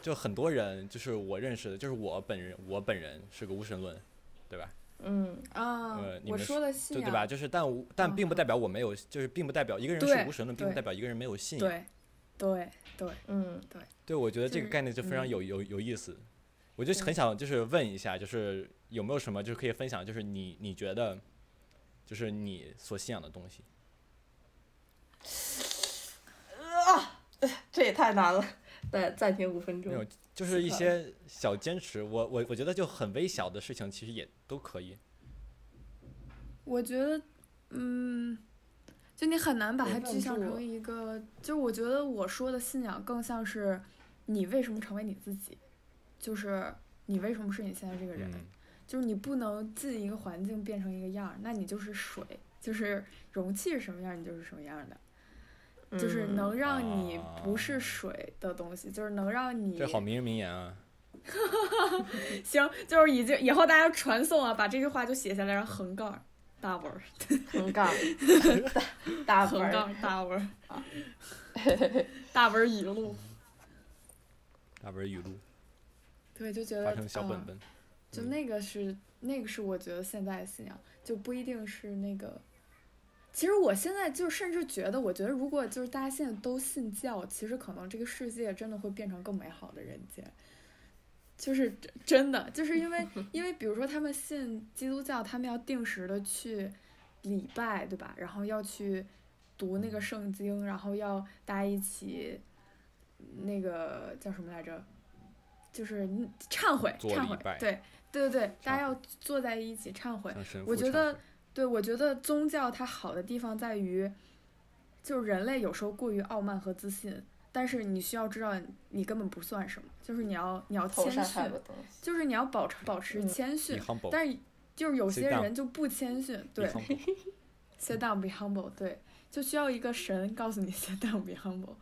就很多人就是我认识的，就是我本人，我本人是个无神论，对吧？嗯，啊呃你我们说的信啊就仰，对吧？就是但无但并不代表我没有，就是并不代表一个人对是无神论，并不对代表一个人没有信仰。对，对，对，嗯，对，我觉得这就个是概念就非常嗯有有有意思。我就很想就是问一下，就是有没有什么就是可以分享，就是你你觉得就是你所信仰的东西。这也太难了。暂暂停五分没有钟。就是一些小坚持，我我我觉得就很微小的事情，其实也都可以。我觉得，嗯，就你很难把它被问具象住成一个，就是我觉得我说的信仰更像是你为什么成为你自己，就是你为什么是你现在这个人。嗯，就是你不能进一个环境变成一个样儿，那你就是水，就是容器是什么样儿，你就是什么样儿的。就是嗯能让你啊不是水的东西，就是能让你这好名人名言啊！行，就是已经以后大家传送啊，把这句话就写下来，然后横杠儿大文儿，横杠，大横本儿杠儿大文儿， 大文儿语录，大本语录对，就觉得发成小嗯本本，就嗯那个是那个是我觉得现在的信仰，就不一定是那个。其实我现在就甚至觉得，我觉得如果就是大家现在都信教，其实可能这个世界真的会变成更美好的人间。就是真真的，就是因为 因为比如说他们信基督教，他们要定时的去礼拜，对吧？然后要去读嗯那个圣经，然后要大家一起那个叫什么来着？就是嗯忏悔，做忏礼悔拜，对对对对，大忏家要坐在一起忏悔。像神父我觉忏得悔，对我觉得宗教它好的地方在于，就是人类有时候过于傲慢和自信，但是你需要知道你根本不算什么，就是你要你要头谦上逊还，有个东西，就是你要保持保持谦逊你，humble，但是就是有随些当人就不谦逊，你对 humble， ，sit down be humble，对，就需要一个神告诉你 sit down be humble。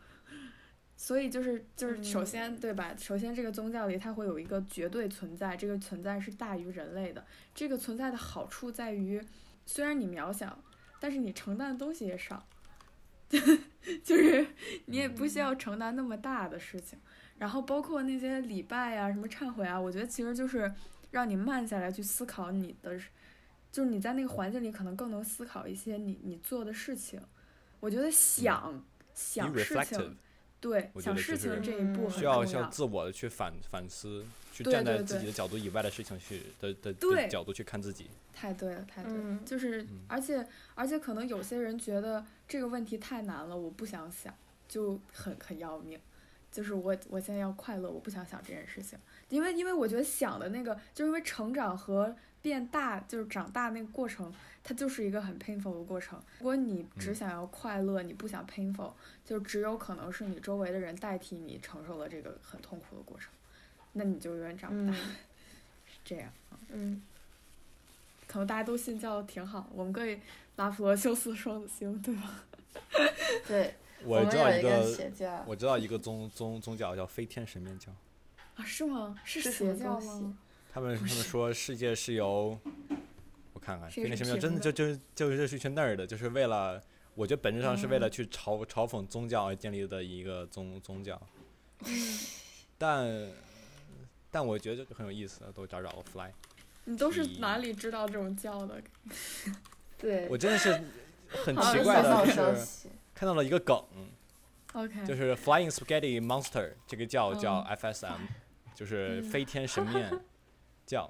所以就是就是首先、对吧？首先这个宗教里它会有一个绝对存在，这个存在是大于人类的。这个存在的好处在于，虽然你渺小，但是你承担的东西也少， 就是你也不需要承担那么大的事情。然后包括那些礼拜啊、什么忏悔啊，我觉得其实就是让你慢下来去思考你的，就是你在那个环境里可能更能思考一些你你做的事情。我觉得想你想事情 reflective，，对我觉想得就事情是这一步嗯很需重要需要自我的去反反思，去对站对在自对己的角度以外的事情去的的的对角度去看自己。太对了，太对了。嗯就是嗯，而且而且可能有些人觉得这个问题太难了，我不想想，就很很要命。就是我我现在要快乐，我不想想这件事情，因为因为我觉得想的那个，就是因为成长和变大，就是长大那个过程，它就是一个很 painful 的过程。如果你只嗯想要快乐，你不想 painful，就只有可能是你周围的人代替你承受了这个很痛苦的过程，那你就永远长不大。嗯是这样。嗯，可能大家都信教挺好，我们可以拉普罗修斯双子星，对吧？对，我我们知道有一一个个，邪教，我知道一个宗宗宗教叫飞天神面教，啊，是吗？是是什邪么教东西吗？他们他们说世界是由，我看看，是飞一个天神什庙么真的就评就就就是一群 nerd，的就是为了，我觉得本质上是哦为了去嘲、嘲讽宗教而建立的一个宗宗 教，但但我觉得这个很有意思，都找找我 fly，你都是咦哪里知道这种叫的？对，我真的是很好奇的怪小道的消是息。看到了一个梗， OK，就是 Flying Spaghetti Monster 这个叫嗯叫 FSM，就是飞天神面 叫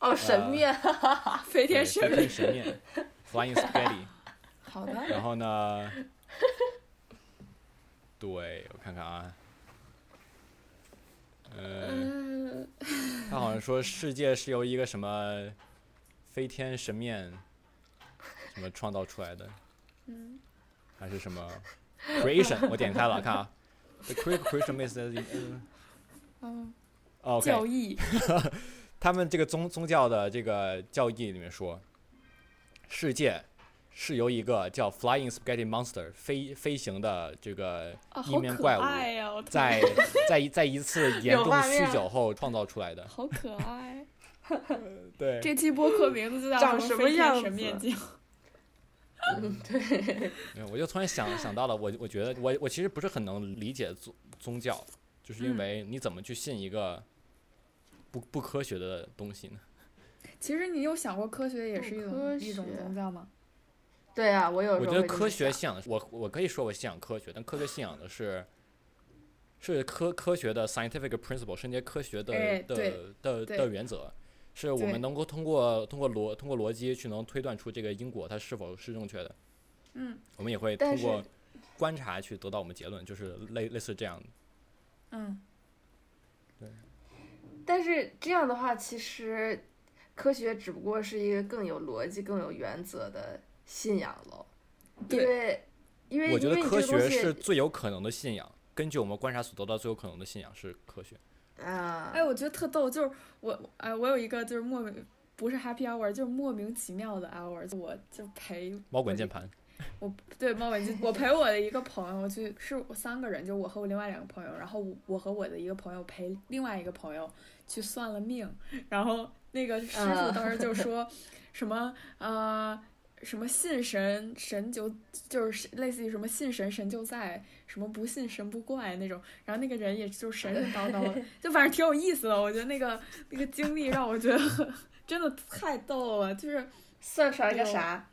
哦，神呃面，飞对天飞神天 神 面 Flying Spaghetti。好的，然后 呢，对我看看啊，呃，嗯，他好像说世界是由一个什么飞天神 面什么创造出来的，嗯，还是什么 creation？我点开了，看啊，the cre- creation m a s e that in- 哦，哦，OK， 教义，他们这个宗宗教的这个教义里面说，世界是由一个叫 Flying Spaghetti Monster 飞飞行的这个啊，地好面可怪物爱呀、我特在在一在一次严有重画酗面酒后创造出来的。好可爱。对，这期播客名字就叫长什什么么飞样天神子面镜？ 没有我就突然想想到了，我我觉得我我其实不是很能理解宗宗教，就是因嗯为你怎么去信一个不不科学的东西呢？其实你有想过科学也是一科种一种学宗教吗？对啊，我有我时觉候得会这么科学想信仰的，我我可以说我信仰科学，但科学信仰的是是科科学的 scientific principle，是那些科学的、哎对的的的对原则，是我们对能够通过通过逻通过逻辑去能推断出这个因果它是否是正确的。嗯我们也会但通是过观察去得到我们结论，就是类类似这样的。嗯，但是这样的话，其实科学只不过是一个更有逻辑、更有原则的信仰喽。因对为，因为我觉得因为科这学个东西是最有可能的信仰，根据我们观察所得到最有可能的信仰是科学。啊，哎，我觉得特逗，就是我哎，我有一个就是莫名不是 happy hour，就是莫名其妙的 hour，就我就陪猫滚我键盘，我对猫文静，我陪我的一个朋友去，是我三个人，就我和我另外两个朋友，然后我我和我的一个朋友陪另外一个朋友去算了命，然后那个师傅啊当时就说什么呃什么信神神就就是类似于什么信神神就在，什么不信神不怪那种，然后那个人也就神神叨叨的，就反正挺有意思的，我觉得那个那个经历让我觉得很 真的太逗了，就是。算出来个对 啥？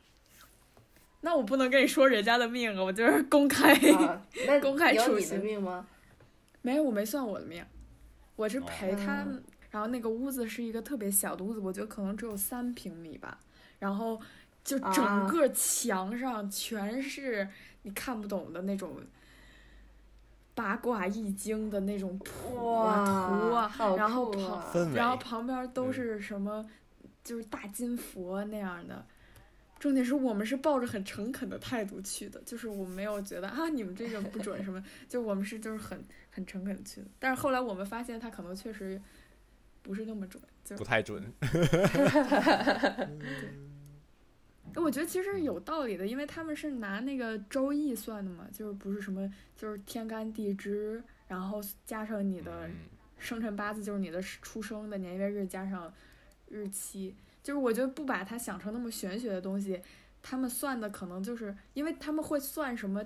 那我不能跟你说人家的命啊，我就是公开。啊，那公开有处你的刑命吗？没有，我没算我的命，我是陪他哦们。然后那个屋子是一个特别小的屋子，我觉得可能只有三平米吧。然后就整啊个墙上全是你看不懂的那种八卦易经的那种谱啊图啊，好然后酷跑啊氛然后围。旁边嗯都是什么，就是大金佛那样的。重点是我们是抱着很诚恳的态度去的，就是我没有觉得啊你们这个不准什么，就我们是就是很很诚恳的去的。但是后来我们发现他可能确实不是那么准，就不太准，我觉得其嗯实有道理的，因为他们是拿那个周易算的嘛，就是不是什么就是天干地支，然后加上你的嗯，生辰八字就是你的出生的年月日加上日期，就是我觉得不把它想成那么玄学的东西，他们算的可能就是因为他们会算什么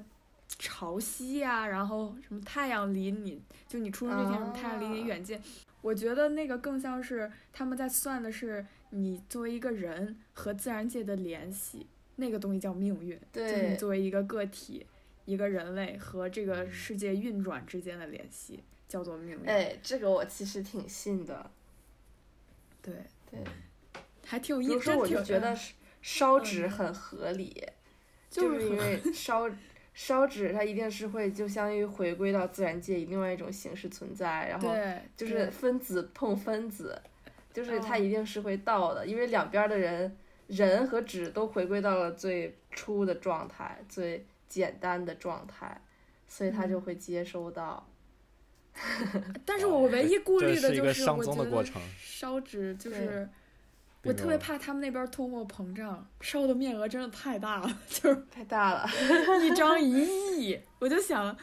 潮汐啊，然后什么太阳离你就你出生这天什么太阳离你啊远近，我觉得那个更像是他们在算的是你作为一个人和自然界的联系，那个东西叫命运，就是你对，作为一个个体。一个人类和这个世界运转之间的联系叫做命运。哎，这个我其实挺信的。对对，还挺有比意如思，真说，我挺嗯就觉得是烧纸很合理，就就是是因很为烧烧纸，它一定是会就相当于回归到自然界以另外一种形式存在，然后对，就是分子碰分子， 就是它哦一定是会倒的，因为两边儿的人人和纸都回归到了最初的状态，最简单的状态，所以它就嗯会接收到。对但是我唯一顾哦这虑的是一个就熵我觉增的过得程。烧纸就对是对我吧特别怕他们那边通货膨胀，烧的面额真的太大了， 就是太大了，一张一亿，我就想。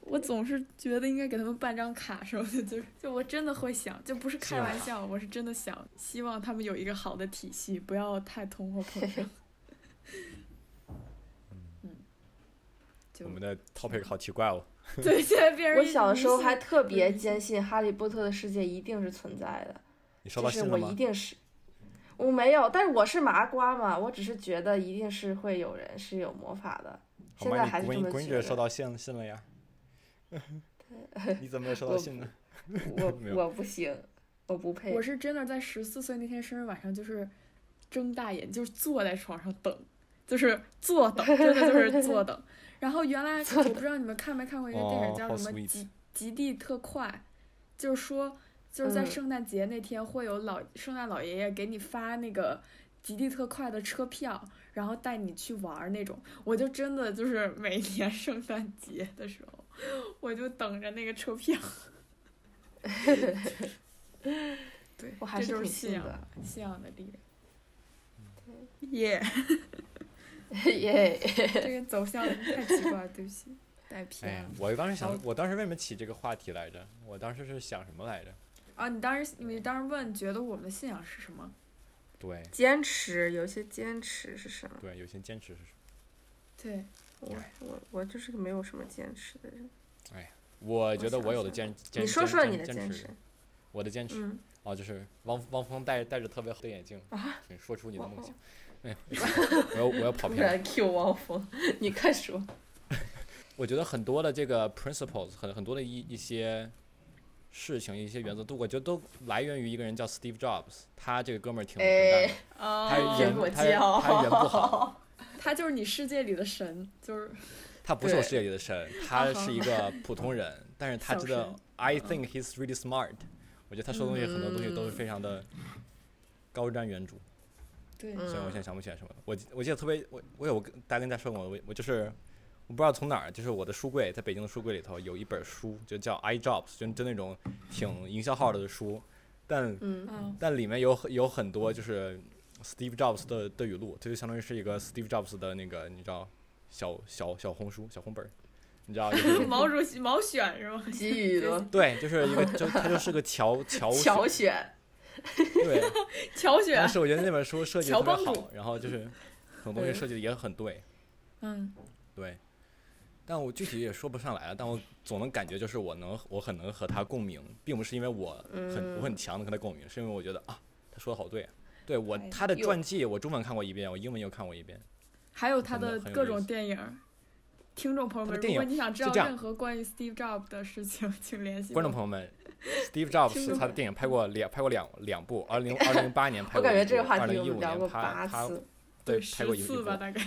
我总是觉得应该给他们办张卡什么的，就是就我真的会想，就不是信开用玩笑，我是真的想，希望他们有一个好的体系，不要太通货膨胀。嗯，就我们的 topic 好奇怪哦， 对，现在变成我一小迷时候信还特别迷信坚信《哈利波特》的世界一定是存在的，你收就到是信了我一吗？定是我没有，但是我是麻瓜嘛，我只是觉得一定是会有人是有魔法 的。好现在吗？还你是闺这女么闺女觉觉得得收到信信了呀？你怎么没有收到我信呢？我没有我不行，我不配我。是真的在十四岁那天生日晚上，就是睁大眼，就是坐在床上等，就是坐等，真的就是坐等。然后原来我不知道你们看没看过一个电哦影叫好什么 sweet 《极极地特快》，就是说就是在嗯圣诞节那天会有老圣诞老爷爷给你发那个极地特快的车票，然后带你去玩儿那种。我就真的就是每年圣诞节的时候，我就等着那个车票。对， 我还这是就是挺信信仰的， 嗯信仰的力量。耶耶！这个走向太奇怪了，对不起，带哎偏呀了。，我当时想好，我当时为什么起这个话题来着？我当时是想什么来着？啊，你当时你当时问，觉得我们的信仰是什么？对 坚持，有些坚持是什么？对，有些坚持是什么？对，我哎我我就是个没有什么坚持的人。我觉得想我有想的坚坚你说说你的坚坚持持，，我的坚持嗯，哦，就是汪汪峰戴戴着特别厚的眼镜，啊请说出你的汪梦峰 想。哎，我要我要跑突偏了。然 Q 汪峰，你快说。我觉得很多的这个 principles，很很多的一一些事情、一些原则都，我觉得都来源于一个人叫 Steve Jobs，他这个哥们儿挺哎伟哦大的，他结果人他骄傲他人不好，他就是你世界里的神，就是他不是我世界里的神，他啊哈是一个普通嗯人，但是他小真的神 I think he's really smart，我觉得他说的东西很多东西都是非常的高瞻远瞩。对，嗯虽然我现在想不起来什么了。我记我记得特别，我我有跟大家跟大家说过，我我就是我不知道从哪儿，就是我的书柜在北京的书柜里头有一本书，就叫《i Jobs》，就就那种挺营销号的书，但 嗯嗯，但里面有很有很多就是 Steve Jobs 的的语录，这就相当于是一个 Steve Jobs 的那个你知道小小小红书小红本儿，你知道就是 毛主席毛选是吗？给予了对，就是一个就他就是个乔乔乔选，对。乔选当， 时我觉得那本书设计得乔特别帮主好，然后就是很多东西设计的也很对，嗯，对，但我具体也说不上来了，但我总能感觉就是我能我很能和他共鸣，并不是因为我嗯很、我很强的跟他共鸣，是因为我觉得啊他说的好对啊，对我哎他的有传记我中文看过一遍，我英文又看过一遍，还有他很有的很有各意种思电影儿。听众朋友他的们，电如果影你想知道这样任何关于 Steve Jobs 的事情，请联系观众我朋友 们。Steve 听 Jobs 众他的电影拍过两拍过两两部，二 零二零零八年拍我过感一觉这部个，话二题零我一们五聊年过拍八他次。对拍过十一一次部，吧，大概。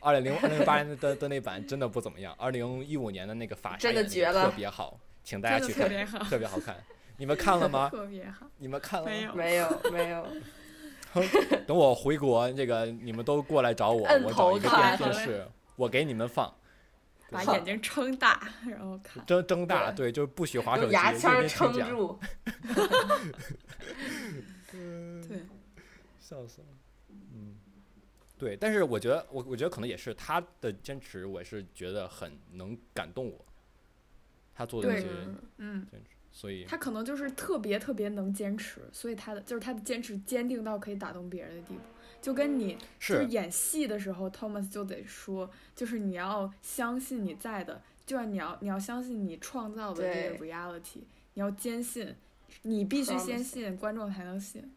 二零零二零八年的的那版真的不怎么样，二零一五年的那个法真的绝绝了特别好，请大家真的去特看，啊别好，特别好看。你们看了吗？特别好。你们看了没吗？有，没有没 有，等我回国，这个你们都过来找我，摁我找头一个电看好嘞电视，我给你们放，把好眼睛撑大，然后看。睁睁大，对，就是不许划手用机，牙签儿认真听撑讲，住。对，笑死了，嗯，对，但是我觉得我我觉得可能也是他的坚持，我是觉得很能感动我，他做的那对些嗯嗯，坚持，所以他可能就是特别特别能坚持，所以他的就是他的坚持坚定到可以打动别人的地步。就跟你就是是演戏的时候，Thomas 就得说，就是你要相信你在的，就像你要你要相信你创造的这个 reality，你要坚信，你必须先 Promise 信，观众才能信。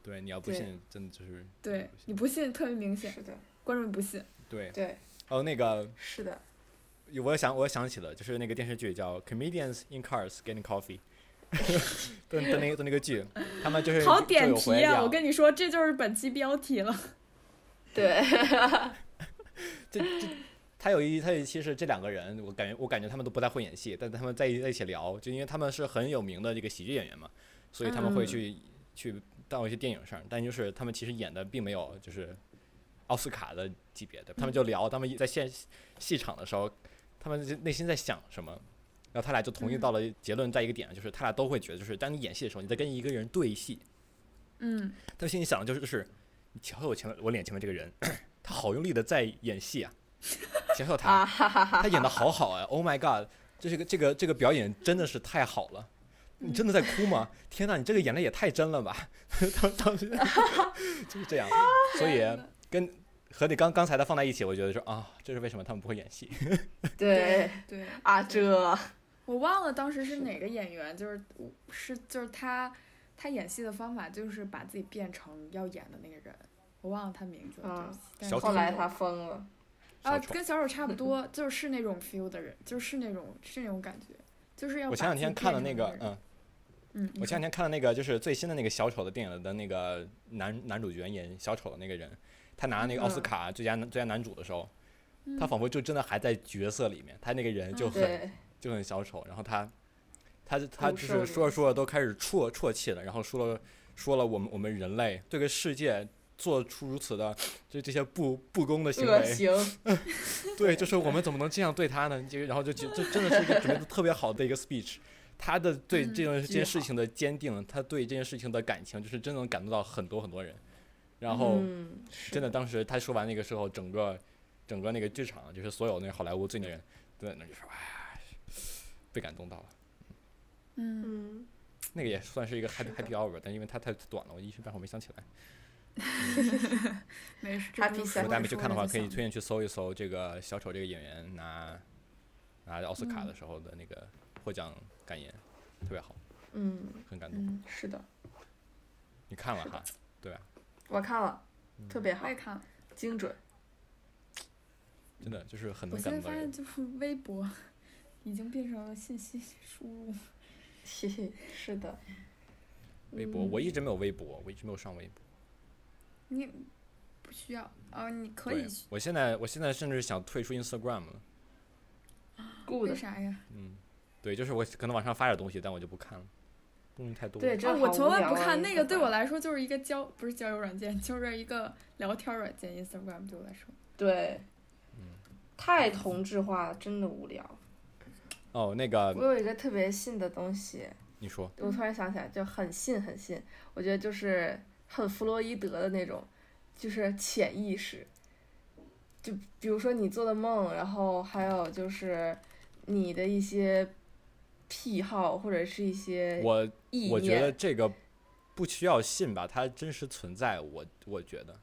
对，你要不对信，真的就是对不信你不信特别明显，是的，观众不信。对，对，哦，那个是的。我想我想起了，就是那个电视剧叫《Comedians in Cars Getting Coffee》的的那个的那个剧，他们就是好就点有回题啊！聊我跟你说，这就是本期标题了。 对，这这，他有一他有一期是这两个人，我感觉我感觉他们都不太会演戏，但是他们在一在一起聊，就因为他们是很有名的这个喜剧演员嘛，所以他们会嗯去、去到一些电影上，但就是他们其实演的并没有就是奥斯卡的级别的，他们就聊他们在现戏场的时候，他们就内心在想什么。然后他俩就同意到了结论，在一个点，就是他俩都会觉得，就是当你演戏的时候，你在跟一个人对戏，嗯，他心里想的就是，就是你瞧瞧我前面我脸前面这个人， 他好用力的在演戏啊，瞧瞧啊他，他演的好好啊，Oh my God，这是个这个这个表演真的是太好了。你真的在哭吗？天哪，你这个眼泪也太真了吧！ 当当时 就是这样，啊所以跟和你刚刚才的放在一起，我觉得说啊，这是为什么他们不会演戏？对对，啊，这我忘了当时是哪个演员，就是是就是他他演戏的方法就是把自己变成要演的那个人，我忘了他名字了，对不起。但是小后来就是他疯 了，啊，小丑跟小 丑差不多，就是是那种 feel 的人，就是那种是那种感觉，就是要我把前两自天己看了那变个成，嗯，嗯，你我前两天看了那个，就是最新的那个小丑的电影的那个男男主角演小丑的那个人，他拿那个奥斯嗯卡最佳男、最佳男主的时候，他仿佛就真的还在角色里面，他那个人就很、嗯对，就很小丑，然后他他他投就是射说着说着都开始啜啜泣了，然后说了说了我们我们人类对这个世界做出如此的就这些不不公的行哎恶为，行，对，就是我们怎么能这样对他呢？这个然后就觉这真的是一个准备的特别好的一个 speech，他的对这种这件事情的坚定，他对这件事情的感情，就是真能感动到很多很多人。 然后嗯，真的当时他说完那个时候，整个整个那个剧场，就是所有那个好莱坞最那人都在那里说，哎呀，被感动到了。嗯，嗯，那个也算是一个 happy 的 happy hour，但因为它太短了，我一时半会儿没想起来。没事， Happy 如对果我大家没去看的话，可以推荐去搜一搜这个小丑这个演员拿拿奥斯嗯卡的时候的那个获奖感言，特别好，嗯，很感动。嗯，是的，你看了哈？对吧？我看了，嗯特别好我也，看了，精准，真的就是很我能现感动在到发现人。 就是微博已经变成了信息输入，嘿嘿， 是 的，微博嗯我一直没有微博，我一直没有上微博。你不需要啊，你可对以去，我现在我现在甚至想退出 Instagram 了。 ，good，为啥呀？嗯，对，就是我可能往上发点东西，但我就不看了，东西太多了。对，啊，真的我好从无来聊不啊看那个，对我 Instagram 来说就是一个交不是交友软件，就是一个聊天软件，Instagram 对我来说，对嗯，太同质化了，真的无聊。哦，那个我有一个特别信的东西，你说，我突然想起来，就很信很信，我觉得就是很弗洛伊德的那种，就是潜意识。就比如说你做的梦，然后还有就是你的一些癖好或者是一呃些我意念。我觉得这个不需要信吧，它真实存在。我我觉得，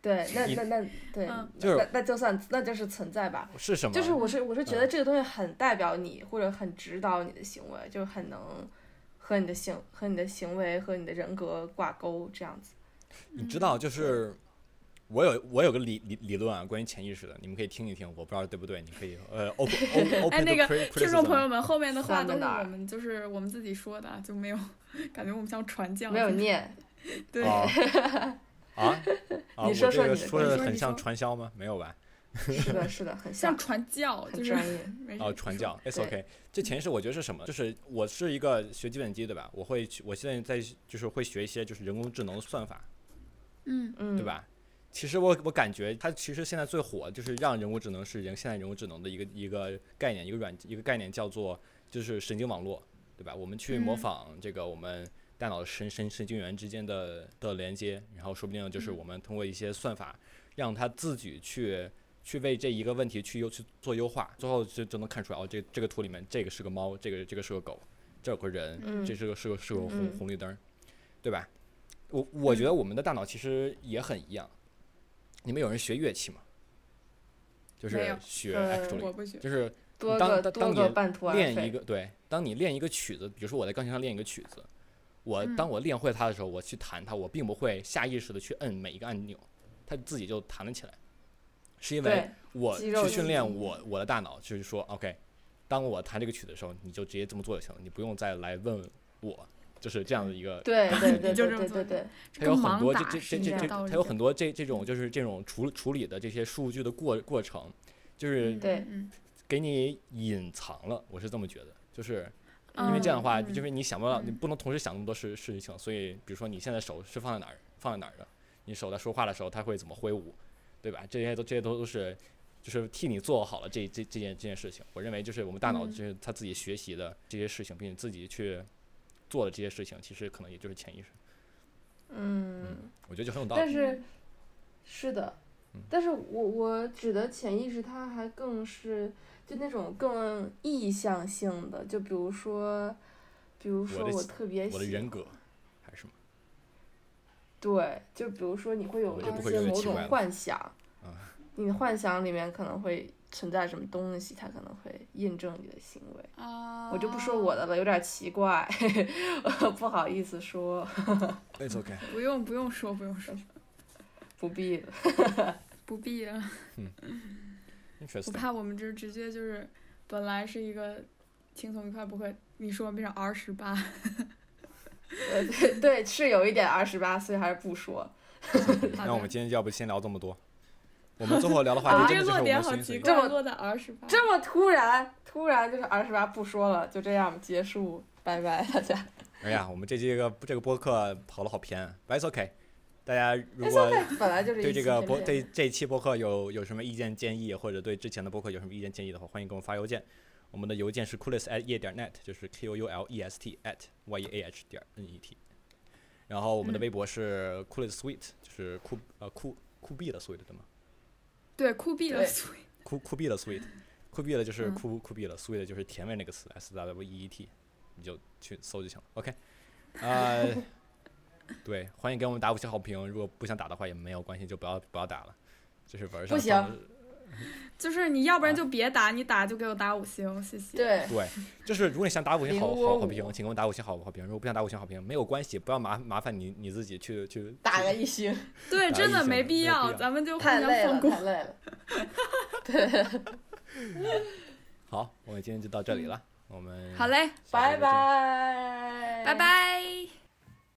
对，那你那那对，嗯就是嗯那那就算那就是存在吧。是什么？就是我是我是觉得这个东西很代表你，或者很指导你的行为，就是很能和你的行和你的行为和你的人格挂钩这样子。你嗯知道，就是我有我有个理理理论啊，关于潜意识的，你们可以听一听，我不知道对不对，你可以呃 open open open 哎，那 to 个 cri- 听众朋 criticism。友们，后面的话三个都是哪儿我们就是我们自己说的啊，就没有感觉我们像传教，没有念， 对，啊 啊啊！你我这说说个你的说你的说很你像说传销吗？没有吧？是的，是的，很像像，传教，很就是专业。没事哦，传说教，it's 对 OK。这潜意识我觉得是什么？就是我是一个学计算机对吧？我会去，我现在在就是会学一些就是人工智能的算法，嗯，嗯，对？吧？其实我我感觉它其实现在最火就是让人工智能是人现在人工智能的一个一个概念，一个软一个概念叫做就是神经网络，对吧？我们去模嗯仿这个我们大脑神神神经元之间的的连接，然后说不定就是我们通过一些算法让它自己去去为这一个问题去优去做优化，最后就就能看出来哦，这这个图里面这个是个猫，这个这个是个狗，这有个人，嗯这是个是个是个红嗯红绿灯儿，对吧？我我嗯觉得我们的大脑其实也很一样。你们有人学乐器吗？就没是有学呃 actually，我不学，就是多当个当多当个你半途而练一废。个对，当你练一个曲子，比如说我在钢琴上练一个曲子，我嗯当我练会它的时候，我去弹它，我并不会下意识的去摁每一个按钮，它自己就弹了起来，是因为对，我肌肉去训记练忆我我的大脑，就是说 OK，当我弹这个曲的时候，你就直接这么做就行了，你不用再来问我，就是这样的一个对 对对你就对这么对做对对，这它跟有很盲多这打这是这一这样这，道理嗯它的。有很多这这种就是这种处处理的这些数据的过过程，就是嗯对嗯，给你隐藏了，我是这么觉得，就是嗯因为这样的话，嗯就是你想不到，你嗯不能同时想那么多事事情，所以比如说你现在手是放在哪儿，放在哪儿的，你手在说话的时候，它会怎么挥舞，对吧？这些都这些都都是。就是替你做好了这这这件这件事情，我认为就是我们大脑嗯就是他自己学习的这些事情，并且自己去做的这些事情，其实可能也就是潜意识，嗯，我觉得就很有道理。但是嗯是的嗯，但是我我指的潜意识，它还更是就那种更意向性的，就比如说，比如说我的我特别喜我的人格还是什么？对，就比如说你会有我一就不会些觉得某奇种怪了幻想啊，你的幻想里面可能会存在什么东西，它可能会印证你的行为。啊，我就不说我的了，有点奇怪， 不好意思说， It's OK。不用不用说不用说，不必了。 不必啊。我 Interesting。怕我们这直接就是，本来是一个轻松愉快不会，你说变成 R 十八，呃对 对，是有一点二十八岁，还是不说。那我们今天要不先聊这么多？我们最后聊的话题啊这真的就个是落我们点的好心奇碎。这怪，么落在 R 十八。这么突然，突然就是二十八不说了，就这样结束，拜拜大家。哎呀，我们这这个这个播客跑了好偏，But 啊 It's OK。大家如果哎本来就是一对这期个偏播见对这一期播客有有什么意见建议，或者对之前的播客有什么意见建议的话，欢迎给我们发邮件。我们的邮件是 coolest at 夜点 net，就是 q u l e s t at y e a h 点 n e t。然后我们的嗯微博是 coolest sweet，就是酷呃酷酷毙的 sweet 对吗？对，酷毙了 对所以酷酷毙了 sweet，酷毙了就是嗯酷酷毙了，sweet 就是甜味那个词 s w e e t，你就去搜就行了。OK，呃， 对，欢迎给我们打五星好评，如果不想打的话也没有关系，就不要不要打了，就是玩上不行放就是你啊要不然就别打，你打就给我打五星，谢谢。对，对，就是如果你想打五星好055好好评，请给我打五星好好评；如果不想打五星好评，没有关系，不要麻麻烦你你自己去去打个去一星，对，打真一的星没哎没必必要要，咱们就互太相累了，放过。太累了。好，我们今天就到这里了，我们好嘞，下嗯拜周再见。拜，哎拜拜。